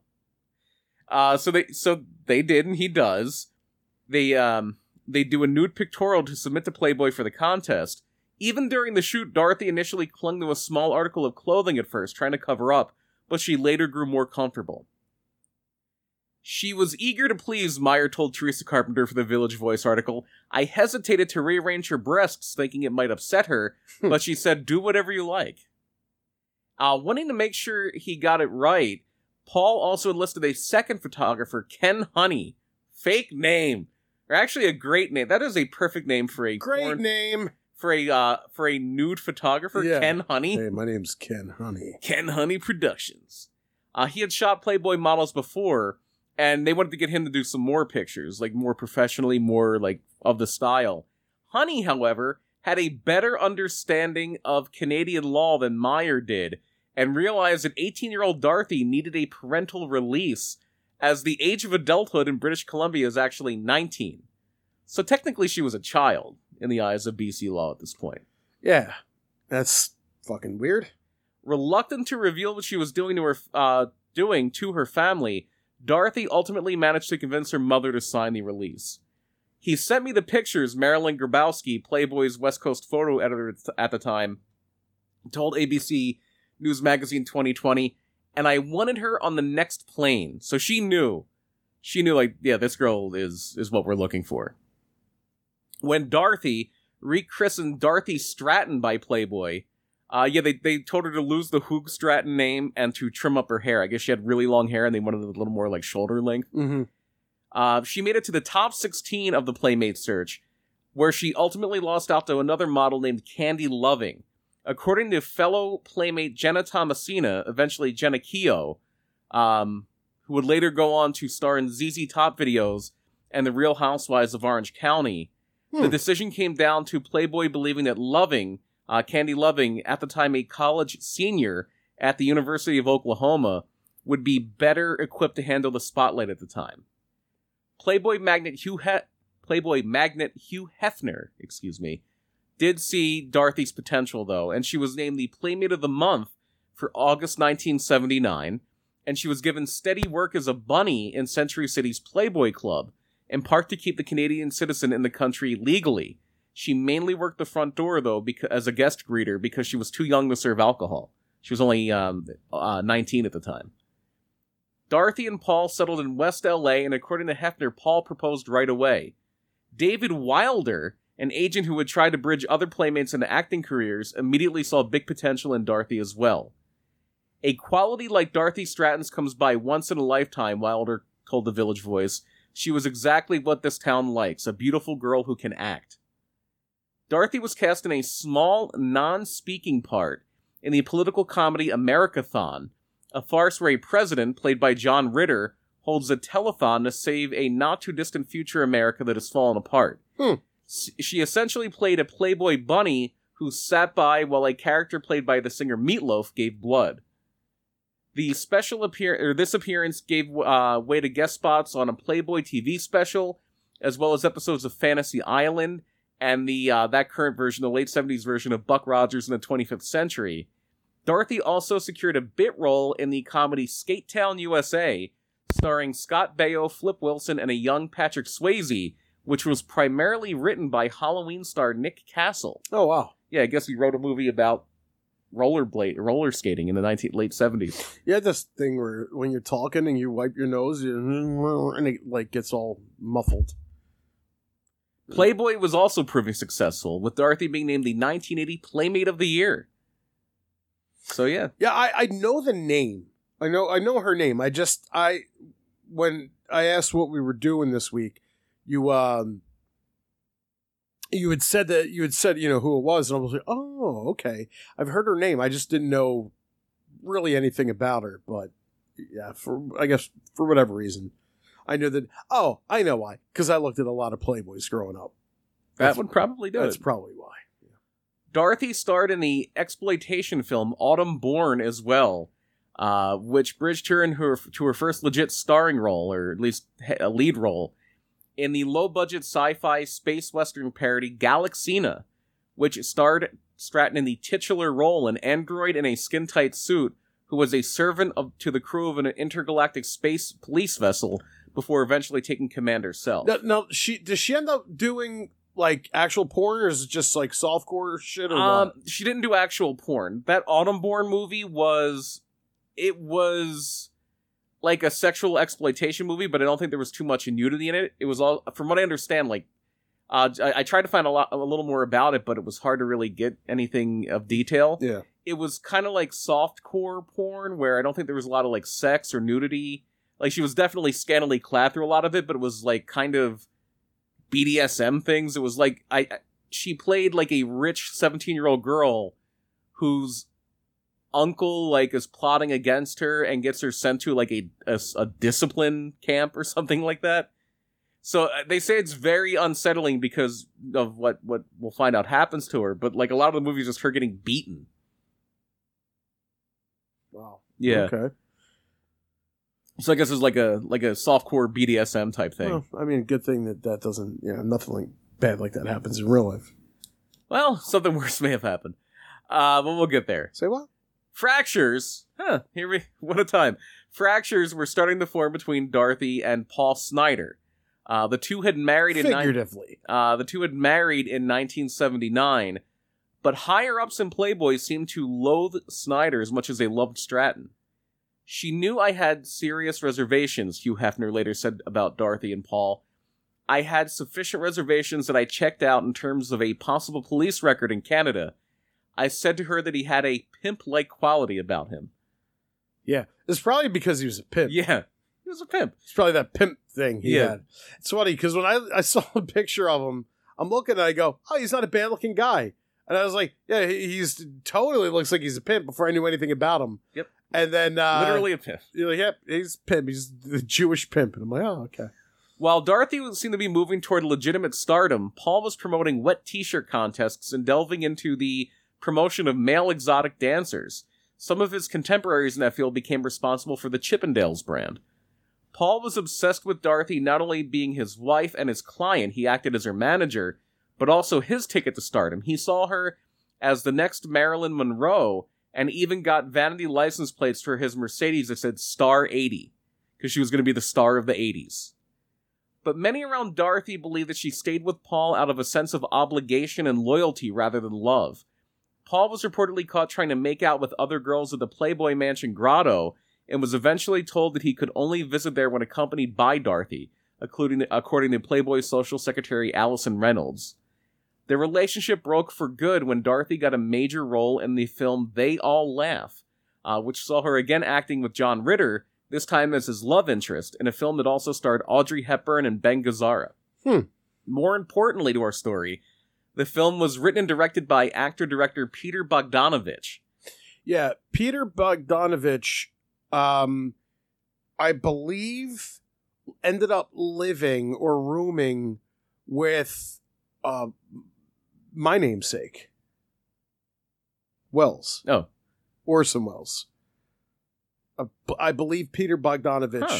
Uh, so they so they did, and he does. They um they do a nude pictorial to submit to Playboy for the contest. Even during the shoot, Dorothy initially clung to a small article of clothing at first, trying to cover up but she later grew more comfortable. She was eager to please, Meyer told Teresa Carpenter for the Village Voice article. I hesitated to rearrange her breasts, thinking it might upset her, but she said, Do whatever you like. Uh, wanting to make sure he got it right, Paul also enlisted a second photographer, Ken Honey. Fake name. Or actually a great name. That is a perfect name for a Great porn- name. for a uh, for a nude photographer, Yeah. Ken Honey. Hey, my name's Ken Honey. Ken Honey Productions. Uh, he had shot Playboy models before, and they wanted to get him to do some more pictures, like more professionally, more like of the style. Honey, however, had a better understanding of Canadian law than Meyer did, and realized that 18 year old Dorothy needed a parental release, as the age of adulthood in British Columbia is actually 19. So technically, she was a child in the eyes of BC law at this point. Yeah, that's fucking weird. Reluctant to reveal what she was doing to her uh, doing to her family, Dorothy ultimately managed to convince her mother to sign the release. He sent me the pictures Marilyn Grabowski, Playboy's West Coast photo editor t- at the time, told ABC News Magazine 2020, and I wanted her on the next plane, so she knew. She knew, like, yeah, this girl is is what we're looking for. When Dorothy rechristened Dorothy Stratton by Playboy, uh, yeah, they, they told her to lose the Hoog Stratton name and to trim up her hair. I guess she had really long hair and they wanted it a little more like shoulder length. Mm-hmm. Uh, she made it to the top 16 of the Playmate search, where she ultimately lost out to another model named Candy Loving. According to fellow playmate Jenna Tomasina, eventually Jenna Keogh, um, who would later go on to star in ZZ Top videos and The Real Housewives of Orange County, the Hmm. decision came down to Playboy believing that Loving, uh, Candy Loving, at the time a college senior at the University of Oklahoma, would be better equipped to handle the spotlight at the time. Playboy magnet Hugh he- Playboy magnet Hugh Hefner, excuse me, did see Dorothy's potential though, and she was named the Playmate of the Month for August 1979, and she was given steady work as a bunny in Century City's Playboy Club, in part to keep the Canadian citizen in the country legally. She mainly worked the front door though because, as a guest greeter because she was too young to serve alcohol. She was only um, uh, 19 at the time. Dorothy and Paul settled in West LA, and according to Hefner, Paul proposed right away. David Wilder, an agent who would try to bridge other playmates into acting careers, immediately saw big potential in Dorothy as well. A quality like Dorothy Stratton's comes by once in a lifetime, Wilder told the Village Voice. She was exactly what this town likes a beautiful girl who can act. Dorothy was cast in a small, non speaking part in the political comedy Americathon, a farce where a president, played by John Ritter, holds a telethon to save a not too distant future America that has fallen apart. Hmm. S- She essentially played a Playboy bunny who sat by while a character played by the singer Meatloaf gave blood. The special appear or this appearance gave uh, way to guest spots on a Playboy TV special, as well as episodes of Fantasy Island and the uh, that current version, the late '70s version of Buck Rogers in the 25th century. Dorothy also secured a bit role in the comedy Skate Town USA, starring Scott Baio, Flip Wilson, and a young Patrick Swayze, which was primarily written by Halloween star Nick Castle. Oh wow. Yeah, I guess he wrote a movie about rollerblade roller skating in the 19, late 70s. You had this thing where when you're talking and you wipe your nose you, and it like gets all muffled. Playboy was also proving successful, with Dorothy being named the 1980 Playmate of the Year. So yeah, Yeah, I, I know the name. I know I know her name. I just I when I asked what we were doing this week, you um you had said that you had said, you know, who it was, and I was like, Oh, okay. I've heard her name. I just didn't know really anything about her, but yeah, for I guess for whatever reason. I knew that oh, I know why. Because I looked at a lot of Playboys growing up. that would probably do That's it. probably why. Dorothy starred in the exploitation film Autumn Born as well, uh, which bridged her into her, to her first legit starring role, or at least he- a lead role, in the low budget sci fi space western parody Galaxina, which starred Stratton in the titular role, an android in a skin tight suit who was a servant of, to the crew of an intergalactic space police vessel before eventually taking command herself. Now, now she does she end up doing like actual porn or is it just like softcore shit or Um, what? she didn't do actual porn. That Autumn Born movie was, it was like a sexual exploitation movie, but I don't think there was too much nudity in it. It was all, from what I understand, like, uh, I, I tried to find a lot, a little more about it, but it was hard to really get anything of detail. Yeah. It was kind of like softcore porn, where I don't think there was a lot of like sex or nudity. Like she was definitely scantily clad through a lot of it, but it was like kind of BDSM things. It was like I, I she played like a rich 17 year old girl whose uncle like is plotting against her and gets her sent to like a, a s- a discipline camp or something like that so uh, they say it's very unsettling because of what what we'll find out happens to her but like a lot of the movies is just her getting beaten Wow. yeah Okay. so i guess it's like a like a softcore bdsm type thing Well, I mean, good thing that that doesn't. You know, nothing like bad like that happens in real life. well something worse may have happened uh but we'll get there Say what? fractures. Huh, here we what a time. Fractures were starting to form between Dorothy and Paul Snyder. Uh, the two had married in nine, Figuratively. uh, the two had married in 1979, but higher ups in Playboy seemed to loathe Snyder as much as they loved Stratton. She knew I had serious reservations, Hugh Hefner later said about Dorothy and Paul. I had sufficient reservations that I checked out in terms of a possible police record in Canada. I said to her that he had a pimp like quality about him. Yeah. It's probably because he was a pimp. Yeah, he was a pimp. It's probably that pimp thing he Yeah. had. It's funny because when I I saw a picture of him, I'm looking and I go, oh, he's not a bad looking guy. And I was like, yeah, he- he's totally looks like he's a pimp before I knew anything about him. Yep. And then uh, Literally a piff. you're like, yep, he's pimp. He's the Jewish pimp. And I'm like, oh, okay. While Dorothy would seem to be moving toward legitimate stardom, Paul was promoting wet t shirt contests and delving into the promotion of male exotic dancers. Some of his contemporaries in that field became responsible for the Chippendales brand. Paul was obsessed with Dorothy not only being his wife and his client, he acted as her manager, but also his ticket to stardom. He saw her as the next Marilyn Monroe and even got vanity license plates for his Mercedes that said Star 80 because she was going to be the star of the 80s but many around Dorothy believe that she stayed with Paul out of a sense of obligation and loyalty rather than love. Paul was reportedly caught trying to make out with other girls at the Playboy Mansion grotto and was eventually told that he could only visit there when accompanied by Dorothy, including, according to Playboy social secretary Allison Reynolds. Their relationship broke for good when Dorothy got a major role in the film They All Laugh, uh, which saw her again acting with John Ritter, this time as his love interest in a film that also starred Audrey Hepburn and Ben Gazzara. Hmm. More importantly to our story, the film was written and directed by actor director Peter Bogdanovich. Yeah, Peter Bogdanovich, um, I believe, ended up living or rooming with uh, my namesake, Wells. Oh. Orson Welles. Uh, b- I believe Peter Bogdanovich. Huh.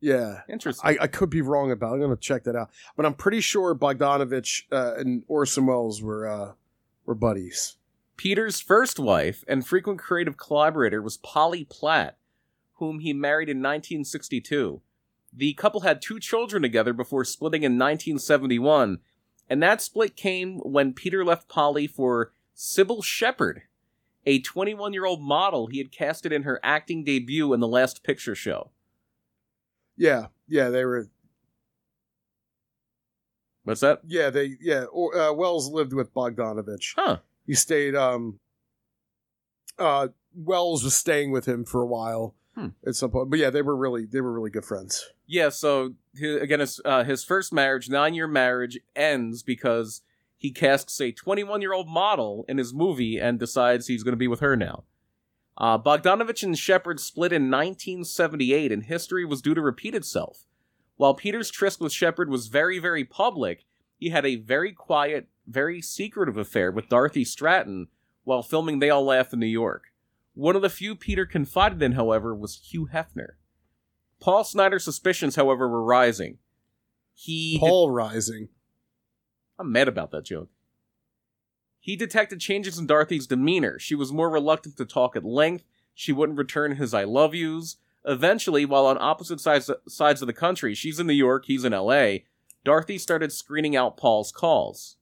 Yeah. Interesting. I, I could be wrong about. It. I'm going to check that out, but I'm pretty sure Bogdanovich uh, and Orson Welles were uh, were buddies. Peter's first wife and frequent creative collaborator was Polly Platt, whom he married in 1962. The couple had two children together before splitting in 1971, and that split came when Peter left Polly for Sybil Shepherd, a 21 year old model he had casted in her acting debut in the last picture show. Yeah, yeah, they were. What's that? Yeah, they yeah. Or, uh, Wells lived with Bogdanovich. Huh. He stayed. Um, uh, Wells was staying with him for a while Hmm. at some point, but yeah, they were really they were really good friends. Yeah, so hi- again, his, uh, his first marriage, nine year marriage, ends because he casts a 21 year old model in his movie and decides he's going to be with her now. Uh, Bogdanovich and Shepard split in 1978, and history was due to repeat itself. While Peter's tryst with Shepard was very, very public, he had a very quiet, very secretive affair with Dorothy Stratton while filming They All Laugh in New York. One of the few Peter confided in, however, was Hugh Hefner. Paul Snyder's suspicions, however, were rising. He Paul Rising. I'm mad about that joke. He detected changes in Dorothy's demeanor. She was more reluctant to talk at length. She wouldn't return his I love yous. Eventually, while on opposite sides, sides of the country, she's in New York, he's in LA, Dorothy started screening out Paul's calls.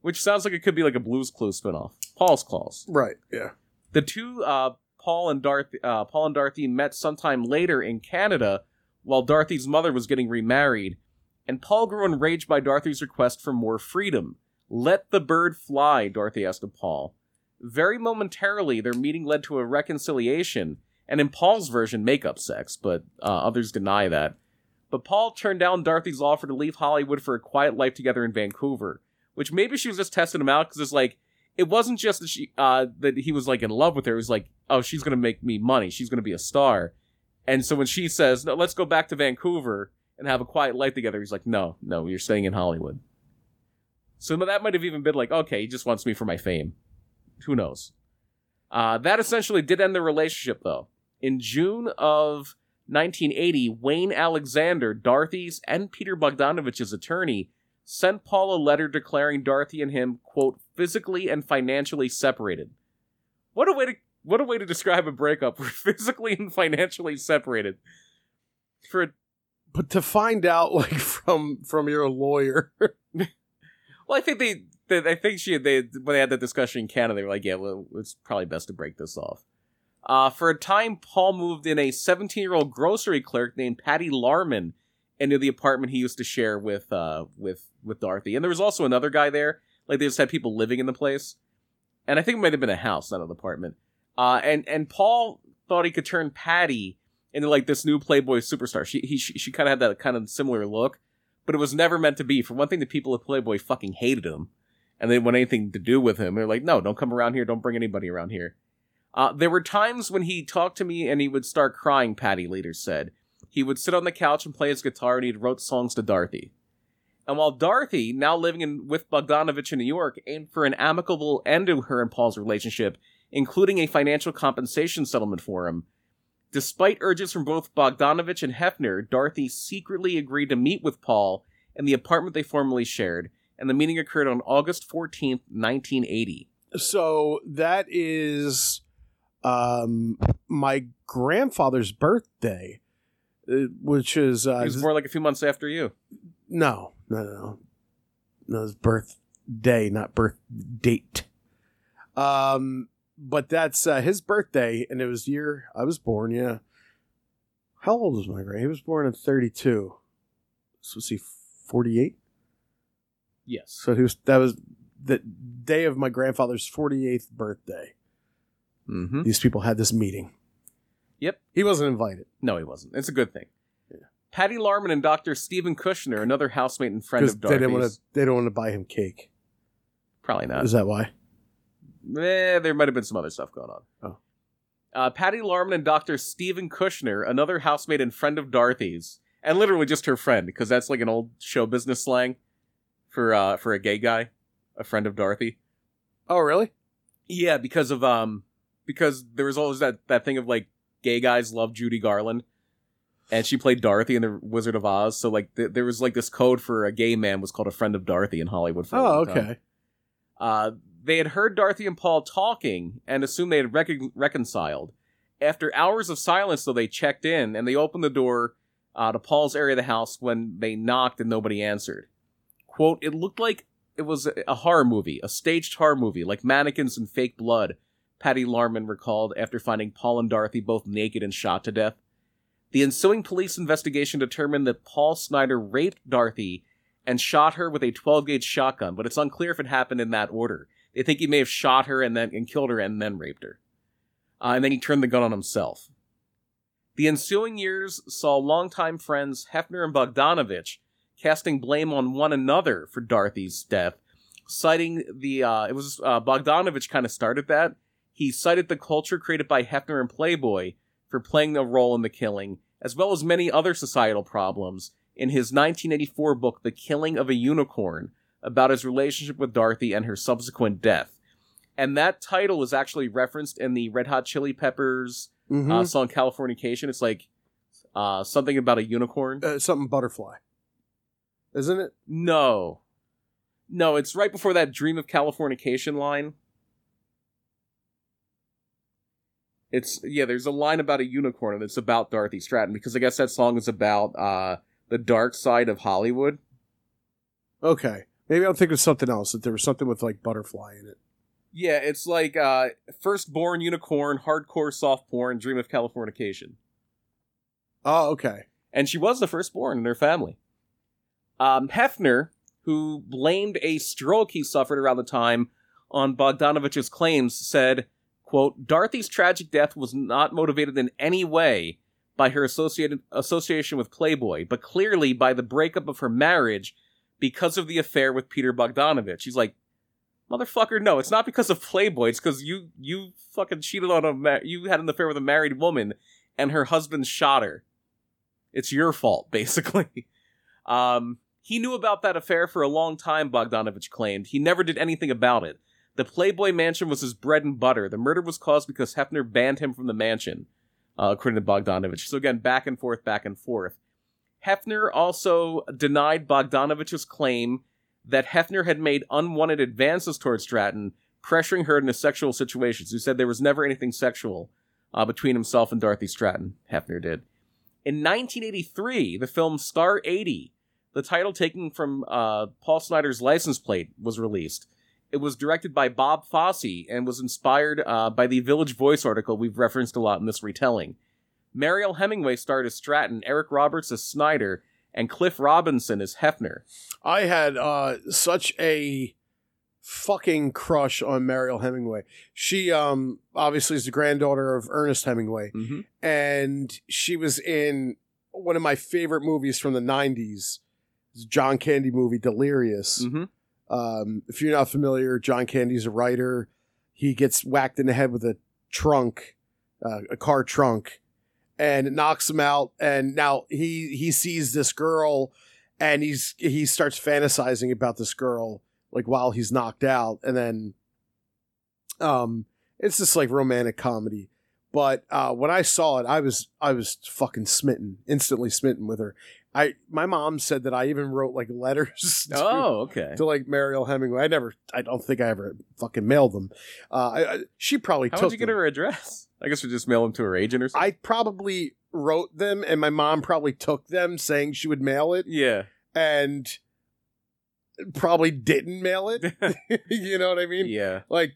Which sounds like it could be like a Blues Clues spinoff. Paul's calls. Right. Yeah. The two, uh, Paul and Dorothy, uh, Paul and Dorothy met sometime later in Canada, while Dorothy's mother was getting remarried, and Paul grew enraged by Dorothy's request for more freedom. "Let the bird fly," Dorothy asked of Paul. Very momentarily, their meeting led to a reconciliation, and in Paul's version, make-up sex, but uh, others deny that. But Paul turned down Dorothy's offer to leave Hollywood for a quiet life together in Vancouver, which maybe she was just testing him out because it's like it wasn't just that she uh, that he was like in love with her. He was like, oh, she's gonna make me money. She's gonna be a star. And so when she says, no, let's go back to Vancouver and have a quiet life together, he's like, no, no, you're staying in Hollywood. So that might have even been like, okay, he just wants me for my fame. Who knows? Uh, that essentially did end the relationship, though. In June of 1980, Wayne Alexander, Dorothy's and Peter Bogdanovich's attorney, sent Paul a letter declaring Dorothy and him, quote, physically and financially separated. What a way to what a way to describe a breakup. We're physically and financially separated. For But to find out, like from from your lawyer, well, I think they, they I think she they when they had that discussion in Canada, they were like, yeah, well, it's probably best to break this off. Uh, for a time, Paul moved in a 17 year old grocery clerk named Patty Larman into the apartment he used to share with uh, with with Dorothy. And there was also another guy there. Like they just had people living in the place. And I think it might have been a house, not an apartment. Uh, and and Paul thought he could turn Patty into like this new Playboy superstar. She he, she, she kind of had that kind of similar look, but it was never meant to be. For one thing, the people at Playboy fucking hated him, and they didn't want anything to do with him. They're like, no, don't come around here. Don't bring anybody around here. Uh, there were times when he talked to me and he would start crying, Patty later said. He would sit on the couch and play his guitar and he wrote songs to Dorothy. And while Dorothy, now living in, with Bogdanovich in New York, aimed for an amicable end to her and Paul's relationship, including a financial compensation settlement for him, despite urges from both Bogdanovich and Hefner, Dorothy secretly agreed to meet with Paul in the apartment they formerly shared, and the meeting occurred on August 14th, 1980. So that is um, my grandfather's birthday, uh, which is uh, It was more like a few months after you. No, no, no, no. No, it's birthday, not birth date. Um, but that's uh, his birthday, and it was the year I was born. Yeah. How old was my grand? He was born in thirty-two. So was he forty-eight? Yes. So he was. That was the day of my grandfather's forty-eighth birthday. Mm-hmm. These people had this meeting. Yep. He wasn't invited No, he wasn't. It's a good thing. Patty Larman and Dr. Stephen Kushner, another housemate and friend because of they didn't want to. Dorothy's. They don't want to buy him cake. Probably not. Is that why? Eh, there might have been some other stuff going on. Oh. Uh, Patty Larman and Dr. Stephen Kushner, another housemate and friend of Dorothy's, and literally just her friend, because that's like an old show business slang for uh, for a gay guy, a friend of Dorothy. Oh, really? Yeah, because of um, because there was always that that thing of like gay guys love Judy Garland, and she played Dorothy in the Wizard of Oz. So like th- there was like this code for a gay man was called a friend of Dorothy in Hollywood. For a Oh, long time. okay. Uh, they had heard Dorothy and Paul talking and assumed they had recon- reconciled. After hours of silence, though, they checked in and they opened the door uh, to Paul's area of the house when they knocked and nobody answered. Quote, it looked like it was a- a horror movie, a staged horror movie, like mannequins and fake blood, Patty Larman recalled after finding Paul and Dorothy both naked and shot to death. The ensuing police investigation determined that Paul Snyder raped Dorothy and shot her with a 12 gauge shotgun, but it's unclear if it happened in that order. They think he may have shot her and then and killed her and then raped her. Uh, and then he turned the gun on himself. The ensuing years saw longtime friends Hefner and Bogdanovich casting blame on one another for Dorothy's death, citing the uh, it was uh, Bogdanovich kind of started that. He cited the culture created by Hefner and Playboy for playing a role in the killing, as well as many other societal problems, in his 1984 book, The Killing of a Unicorn, about his relationship with Dorothy and her subsequent death. And that title is actually referenced in the Red Hot Chili Peppers Mhm. uh, song Californication. It's like uh, something about a unicorn. uh, something butterfly, isn't it? No. No, it's right before that Dream of Californication line. It's yeah, there's a line about a unicorn and it's about Dorothy Stratton because I guess that song is about uh the dark side of Hollywood. Okay, maybe I'm thinking of something else. That there was something with like butterfly in it. Yeah, it's like uh firstborn unicorn, hardcore soft porn, Dream of Californication. Oh, okay. and she was the firstborn in her family. Um, Hefner, who blamed a stroke he suffered around the time on Bogdanovich's claims, said, quote, Dorothy's tragic death was not motivated in any way by her associated, association with Playboy, but clearly by the breakup of her marriage because of the affair with Peter Bogdanovich. He's like, motherfucker, no, it's not because of Playboy. It's because you, you fucking cheated on a, ma- you had an affair with a married woman and her husband shot her. It's your fault, basically. Um, he knew about that affair for a long time, Bogdanovich claimed. He never did anything about it. The Playboy Mansion was his bread and butter. The murder was caused because Hefner banned him from the mansion, uh, according to Bogdanovich. So again, back and forth, back and forth. Hefner also denied Bogdanovich's claim that Hefner had made unwanted advances towards Stratton, pressuring her into sexual situations. He said there was never anything sexual uh, between himself and Dorothy Stratton. Hefner did. In 1983, the film Star 80, the title taken from uh, Paul Snyder's license plate, was released. It was directed by Bob Fosse and was inspired uh, by the Village Voice article we've referenced a lot in this retelling. Mariel Hemingway starred as Stratton, Eric Roberts as Snyder, and Cliff Robinson as Hefner. I had uh, such a fucking crush on Mariel Hemingway. She um, obviously is the granddaughter of Ernest Hemingway, Mm-hmm. and she was in one of my favorite movies from the '90s, John Candy movie, Delirious. Mm-hmm. Um, if you're not familiar, John Candy's a writer. He gets whacked in the head with a trunk, uh, a car trunk, and it knocks him out. And now he he sees this girl, and he's he starts fantasizing about this girl like while he's knocked out, and then um, it's just like romantic comedy. But uh, when I saw it, I was I was fucking smitten, instantly smitten with her. I my mom said that I even wrote like letters. to- Oh, okay. to like Mariel Hemingway. I never, I don't think I ever fucking mailed them. Uh, I, I, she probably How took. would you get them. her address? I guess we just mail them to her agent or something. I probably wrote them, and my mom probably took them, saying she would mail it, yeah. and probably didn't mail it. you know what I mean? yeah. Like,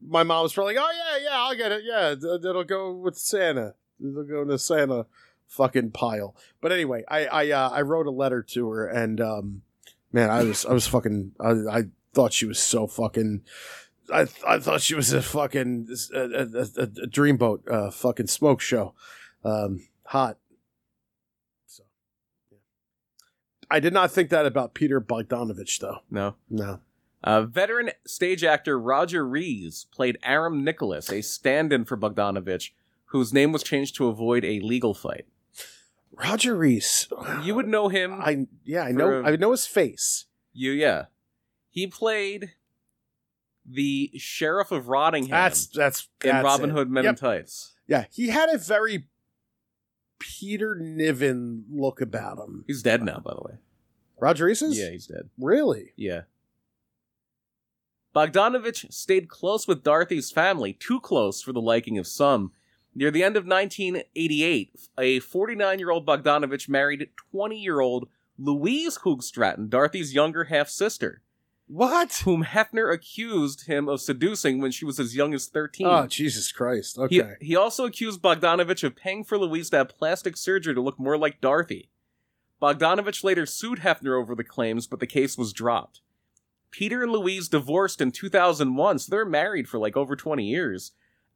my mom was probably like, "Oh yeah, yeah, I'll get it. Yeah, th- it'll go with Santa. It'll go in the Santa fucking pile." But anyway, I I uh, I wrote a letter to her, and um, man, I was I was fucking I, I thought she was so fucking. I, I thought she was a fucking a, a, a, a dreamboat uh, fucking smoke show, um, hot. So, yeah. I did not think that about Peter Bogdanovich though. No. No, Uh, veteran stage actor Roger Rees played Aram Nicholas, a stand-in for Bogdanovich, whose name was changed to avoid a legal fight. Roger Reese. You would know him. I yeah, I For know a- I know his face. you, yeah. He played the sheriff of Rottingham That's that's in that's Robin it. Hood Men in Yep. Tights. Yeah, he had a very Peter Niven look about him. He's dead now, by the way. Roger Reese's? Yeah, he's dead. Really? Yeah. Bogdanovich stayed close with Dorothy's family, too close for the liking of some. Near the end of 1988, a 49 year old Bogdanovich married 20 year old Louise Hoogstraten, Dorothy's younger half sister, What? whom Hefner accused him of seducing when she was as young as 13. Oh, Jesus Christ. Okay. He, he also accused Bogdanovich of paying for Louise to have plastic surgery to look more like Dorothy. Bogdanovich later sued Hefner over the claims, but the case was dropped. Peter and Louise divorced in 2001, so they're married for like over 20 years,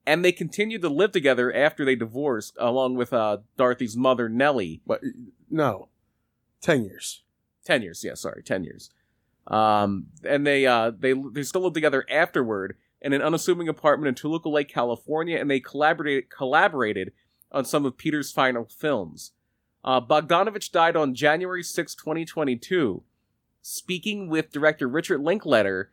and they continued to live together after they divorced, along with uh, Dorothy's mother, Nellie. But no. 10 years. 10 years, yeah, sorry, 10 years. Um, and they, uh, they, they still lived together afterward in an unassuming apartment in Toluca Lake, California, and they collaborated, collaborated on some of Peter's final films. Uh, Bogdanovich died on January 6, 2022, speaking with director Richard Linkletter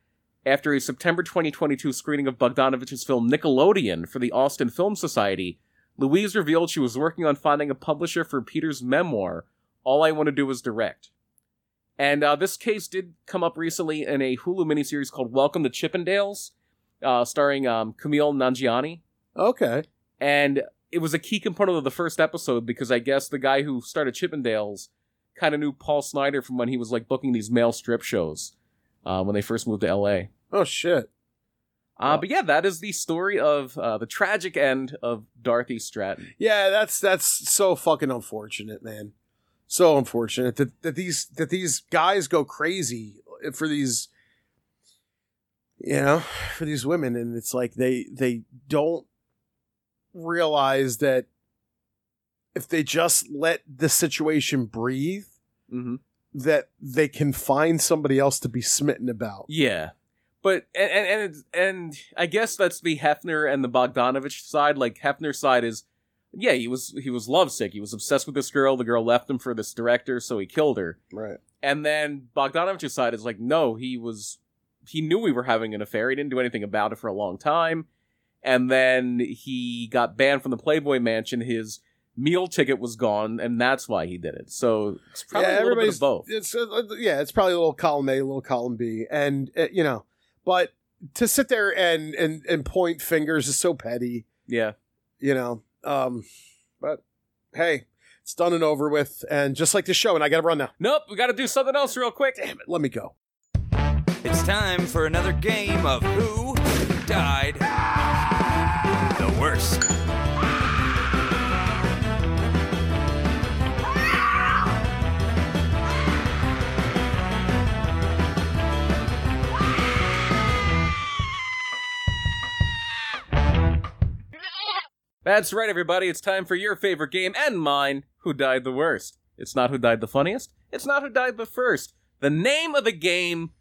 after a September 2022 screening of Bogdanovich's film Nickelodeon for the Austin Film Society. Louise revealed she was working on finding a publisher for Peter's memoir, All I Want to Do Is Direct. And uh, this case did come up recently in a Hulu miniseries called Welcome to Chippendales, uh, starring um, Camille Nanjiani. Okay. And it was a key component of the first episode because I guess the guy who started Chippendales kind of knew Paul Snyder from when he was like booking these male strip shows uh, when they first moved to LA. Oh shit. Uh, but yeah, that is the story of uh, the tragic end of Dorothy Stratton. Yeah, that's that's so fucking unfortunate, man. So unfortunate that, that these that these guys go crazy for these you know, for these women and it's like they they don't realize that if they just let the situation breathe Mm-hmm. that they can find somebody else to be smitten about. Yeah, but and and and, it's- and I guess that's the Hefner and the Bogdanovich side. Like Hefner's side is, yeah, he was he was lovesick. He was obsessed with this girl. The girl left him for this director, so he killed her. Right. And then Bogdanovich's side is like, no, he was he knew we were having an affair. He didn't do anything about it for a long time. And then he got banned from the Playboy Mansion. His meal ticket was gone, and that's why he did it. So it's probably Yeah, a little bit everybody's- of both. It's uh, yeah, it's probably a little column A, a little column B, and uh, you know, but to sit there and and and point fingers is so petty, Yeah, you know. Um, but hey, it's done and over with, and just like the show, and I got to run now. nope. We got to do something else real quick. Damn it, let me go. It's time for another game of Who Died the Worst. That's right, everybody. It's time for your favorite game and mine. Who died the worst? It's not who died the funniest. It's not who died the first. The name of the game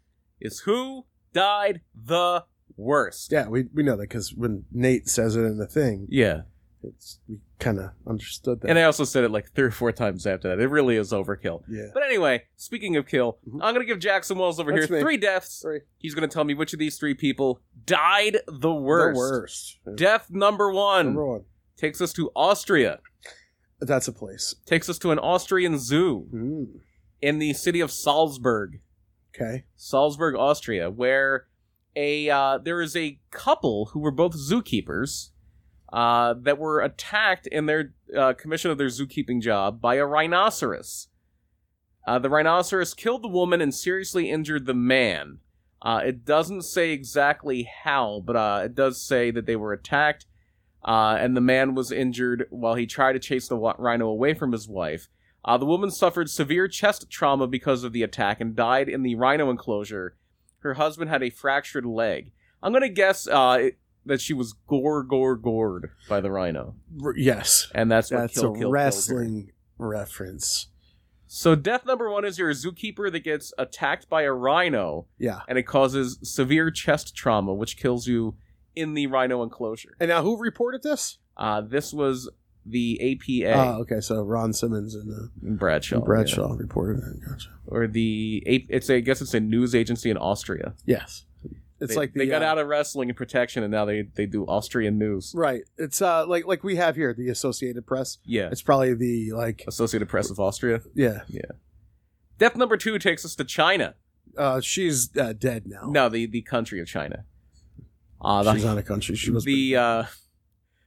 is who died the worst. Yeah, we, we know that because when Nate says it in the thing, Yeah. it's we kind of understood that. And I also said it like three or four times after that. It really is overkill. yeah. But anyway, speaking of kill, Mhm. I'm going to give Jackson Wells over That's here me. three deaths. Sorry. He's going to tell me which of these three people died the worst. The worst. Yeah. Death number one Number one. takes us to Austria, That's a place. takes us to an Austrian zoo Mm, in the city of Salzburg. okay. Salzburg, Austria, where a uh, there is a couple who were both zookeepers uh, that were attacked in their uh, commission of their zookeeping job by a rhinoceros. Uh, the rhinoceros killed the woman and seriously injured the man. Uh, it doesn't say exactly how, but uh, it does say that they were attacked, uh, and the man was injured while he tried to chase the wa- rhino away from his wife. Uh, the woman suffered severe chest trauma because of the attack and died in the rhino enclosure. Her husband had a fractured leg. I'm going to guess uh, it, that she was gore, gore, gored by the rhino. R- yes. And that's what That's kill, a kill, killed her. wrestling reference. So, death number one is you're a zookeeper that gets attacked by a rhino, Yeah. and it causes severe chest trauma, which kills you in the rhino enclosure. And now who reported this? Uh, this was the APA, Oh, okay. So Ron Simmons and uh, Bradshaw. Bradshaw reported it. Gotcha. yeah. Or the, A- it's a, I guess it's a news agency in Austria. Yes. It's they, like the, they got uh, out of wrestling and protection, and now they they do Austrian news. Right. It's uh like like we have here the Associated Press. Yeah, It's probably the like Associated Press of Austria. yeah. Death number two takes us to China. Uh, she's uh, dead now. No, the the country of China. Uh, she's the out of country. She was the uh,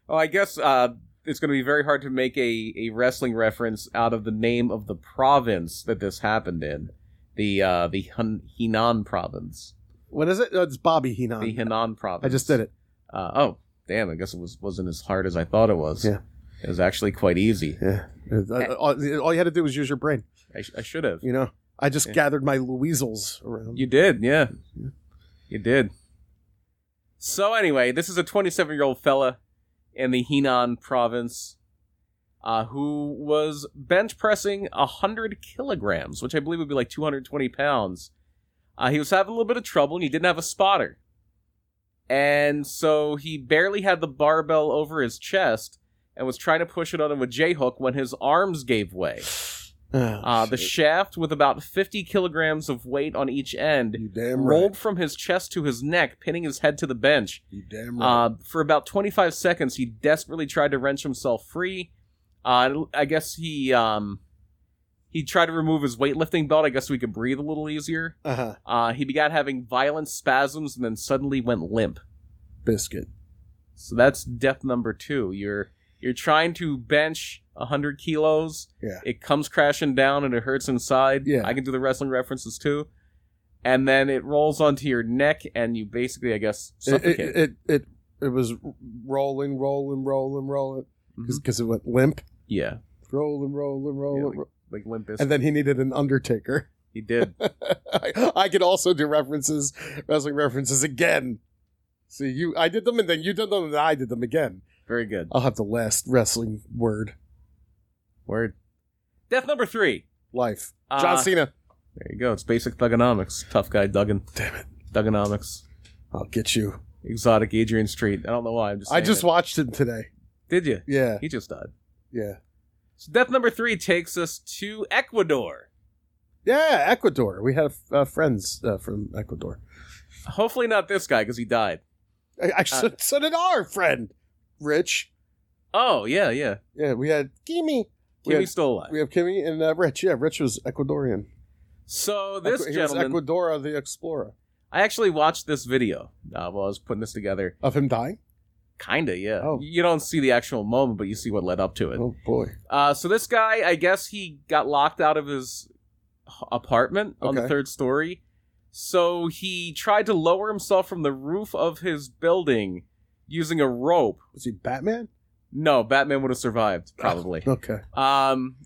oh, I guess uh, it's going to be very hard to make a a wrestling reference out of the name of the province that this happened in. The uh, the Hun- Henan province. What is it? Oh, it's Bobby The Heenan. Henan province. I just did it. Uh, oh, damn! I guess it was wasn't as hard as I thought it was. Yeah. It was actually quite easy. Yeah. Uh, All all you had to do was use your brain. I, sh- I should have. You know, I just Yeah. gathered my Louisels around. You did, yeah. Yeah. You did. So anyway, this is a 27 year old fella in the Henan province uh, who was bench pressing 100 kilograms, which I believe would be like 220 pounds. Uh, he was having a little bit of trouble and he didn't have a spotter. And so he barely had the barbell over his chest and was trying to push it on him with J hook when his arms gave way. Ah, Uh, the shit. shaft with about 50 kilograms of weight on each end you damn right. rolled from his chest to his neck, pinning his head to the bench. You damn right. Uh, for about 25 seconds, he desperately tried to wrench himself free. Uh, I guess he um, he tried to remove his weightlifting belt. I guess so he could breathe a little easier. Uh-huh. Uh, he began having violent spasms and then suddenly went limp. Biscuit. So that's death number two. You're you're trying to bench 100 kilos. Yeah. It comes crashing down and it hurts inside. Yeah. I can do the wrestling references too. And then it rolls onto your neck and you basically, I guess, It suffocate. it, it it it was rolling, rolling, rolling, rolling, Mm-hmm. because it went limp. yeah. Rolling, rolling, rolling, like- ro- Like Limp Bizkit. and then he needed an undertaker. he did. I, I could also do references, wrestling references again. See, you, I did them, and then you did them, and I did them again. Very good. I'll have the last wrestling word. Word. Death number three. Life. Uh, John Cena. There you go. It's basic thugonomics. Tough guy Duggan. Damn it! Dugganomics. I'll get you. Exotic Adrian Street. I don't know why. I'm just. I saying just it. watched him today. did you? Yeah, He just died. yeah, So death number three takes us to Ecuador. yeah. Ecuador. We had uh, friends uh, from Ecuador. Hopefully not this guy because he died. I, I Uh, so, so did our friend Rich. Oh yeah, yeah. Yeah, we had Kimmy. We Kimmy's had, still alive. we have Kimmy and uh, Rich. Yeah, Rich was Ecuadorian. so this Ecu- he was gentleman, Ecuador the explorer. I actually watched this video uh, while I was putting this together. Of him dying. Kinda, yeah. Oh. You don't see the actual moment, but you see what led up to it. Oh boy. Uh, so this guy, I guess he got locked out of his h- apartment on the Okay. third story. So he tried to lower himself from the roof of his building using a rope. Was he Batman? No, Batman would have survived probably. Okay. Um,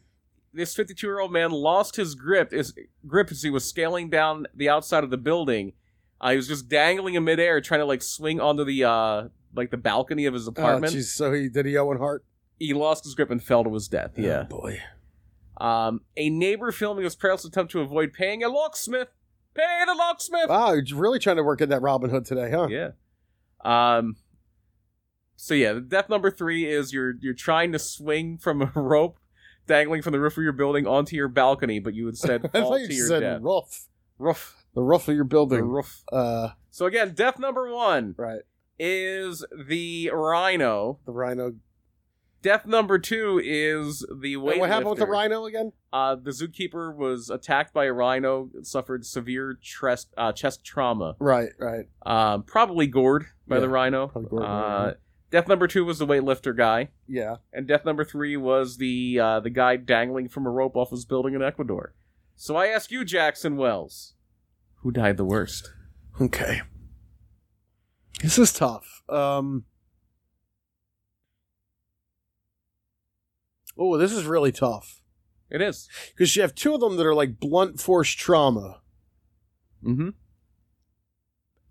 this 52 year old man lost his grip, his grip as he was scaling down the outside of the building. Uh, he was just dangling in midair, trying to like swing onto the uh, like the balcony of his apartment. Oh, jeez, so he did he Owen Hart? he lost his grip and fell to his death. Yeah. Oh, boy. Um, a neighbor filming his perilous attempt to avoid paying a locksmith Pay the locksmith. Wow, you're really trying to work in that Robin Hood today, huh? yeah. Um. So yeah, death number three is you're you're trying to swing from a rope dangling from the roof of your building onto your balcony, but you instead I fall thought to you your said death. roof. Roof, The roof of your the building. roof. Uh, So again, death number one right. is the rhino. The rhino. Death number two is the weightlifter. And what happened with the rhino again? Uh, the zookeeper was attacked by a rhino, suffered severe chest uh, chest trauma, Right, right. um, probably gored by Yeah, the rhino. probably gored uh, by the rhino. Death number two was the weightlifter guy. Yeah. and death number three was the uh, the guy dangling from a rope off his building in Ecuador. So I ask you, Jackson Wells, who died the worst? Okay. This is tough. Um. Oh, this is really tough It is. because you have two of them that are like blunt force trauma, Mm-hmm.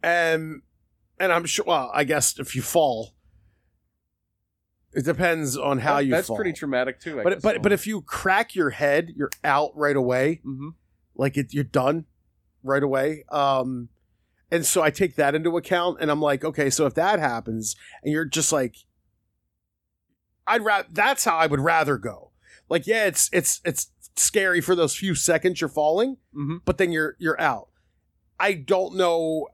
and and I'm sure. Well, I guess if you fall, it depends on how you. That's fall. pretty traumatic too. I But but but if you crack your head, you're out right away. hmm Like it, you're done right away. Um, and so I take that into account, and I'm like, okay, so if that happens, and you're just like, I'd rather. That's how I would rather go. Like, yeah, it's it's it's scary for those few seconds you're falling, hmm but then you're you're out. I don't know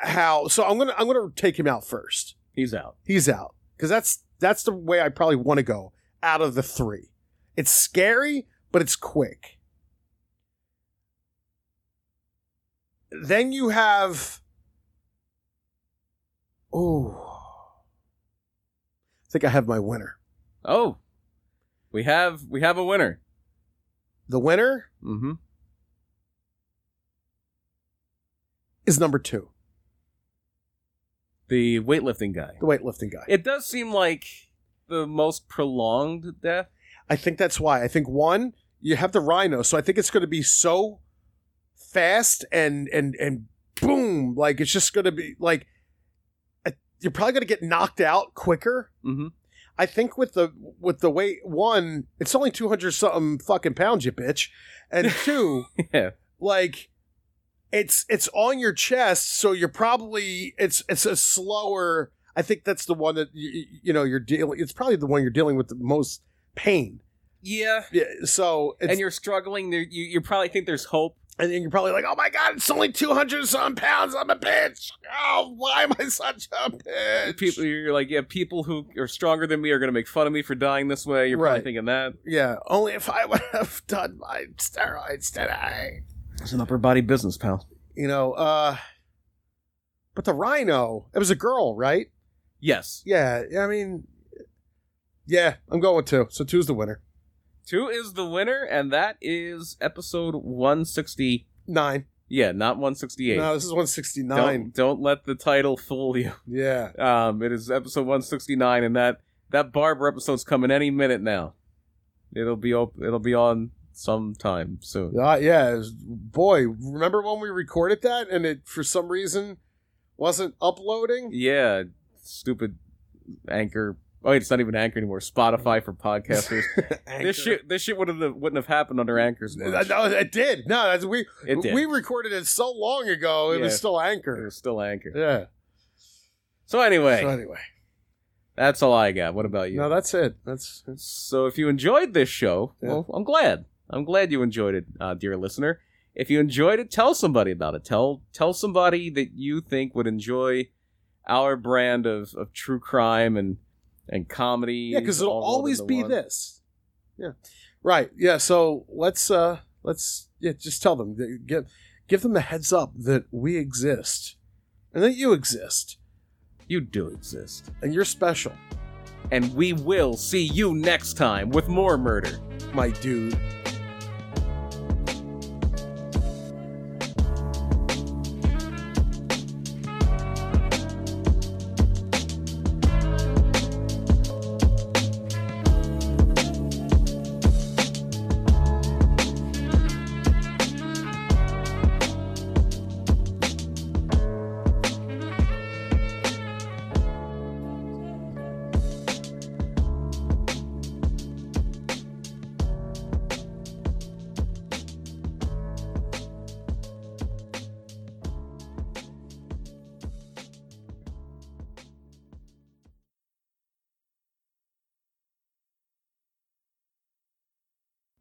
how. So I'm gonna I'm gonna take him out first. he's out. He's out because that's that's the way I probably want to go out of the three. It's scary, but it's quick. Then you have, oh, I think I have my winner. Oh, we have we have a winner. The winner Mm-hmm. is number two, The weightlifting guy. the weightlifting guy. It does seem like the most prolonged death. I think that's why. I think one, you have the rhino, so I think it's going to be so fast and and and boom, like it's just going to be like uh, you're probably going to get knocked out quicker. Mm-hmm. I think with the with the weight one, it's only two hundred something fucking pounds, you bitch, and two, Yeah. like it's it's on your chest, so you're probably it's it's a slower. I think that's the one that you, you know you're dealing. It's probably the one you're dealing with the most pain. Yeah. Yeah, so it's, and and, you're, you're struggling. You you probably think there's hope. and then you're probably like, oh my god, it's only two hundred some pounds. I'm a bitch. Oh, why am I such a bitch? people you're like yeah people who are stronger than me are going to make fun of me for dying this way you're probably Right. thinking that yeah, only if I would have done my steroids today. it's an upper body business pal You know, uh, but the rhino, it was a girl, right? yes Yeah, I mean, yeah, I'm going with two. So two's the winner. two is the winner and that is episode 160 Nine. yeah not 168 No, this is 169. don't, don't let the title fool you Yeah. um it is episode 169 and that that barber episode's coming any minute now it'll be op- it'll be on sometime soon Uh, yeah, it was- boy, remember when we recorded that and it for some reason wasn't uploading? yeah stupid anchor oh wait, it's not even anchor anymore spotify for podcasters This shit, this shit wouldn't have, wouldn't have happened under anchors. Uh, Much. No, it did. No, that's, we It did. we recorded it so long ago. It Yeah. was still It anchored. was still anchor. Yeah. So anyway, So anyway, that's all I got. What about you? no, that's it. That's that's- so if you enjoyed this show, Yeah. well, I'm glad. I'm glad you enjoyed it, uh, dear listener. If you enjoyed it, tell somebody about it. Tell tell somebody that you think would enjoy our brand of, of true crime and and comedy. yeah, because it'll all rolled always into be one. this. Yeah. Right. Yeah. So let's uh let's yeah just tell them that- give give them a heads up that we exist and that you exist You do exist, and you're special, and we will see you next time with more murder. my dude.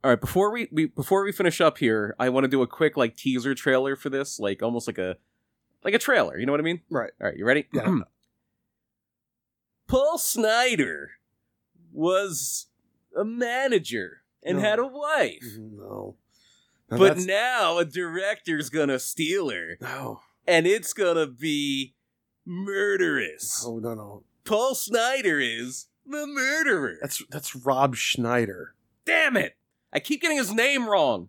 All right, before we, we before we finish up here, I want to do a quick like teaser trailer for this, like almost like a like a trailer. You know what I mean? Right. All right, you ready? Yeah. Paul Snyder was a manager and No. had a wife, No. No, but that's- now a director's gonna steal her, no, and it's gonna be murderous. no, no, no. Paul Snyder is the murderer. That's that's Rob Schneider. Damn it! I keep getting his name wrong.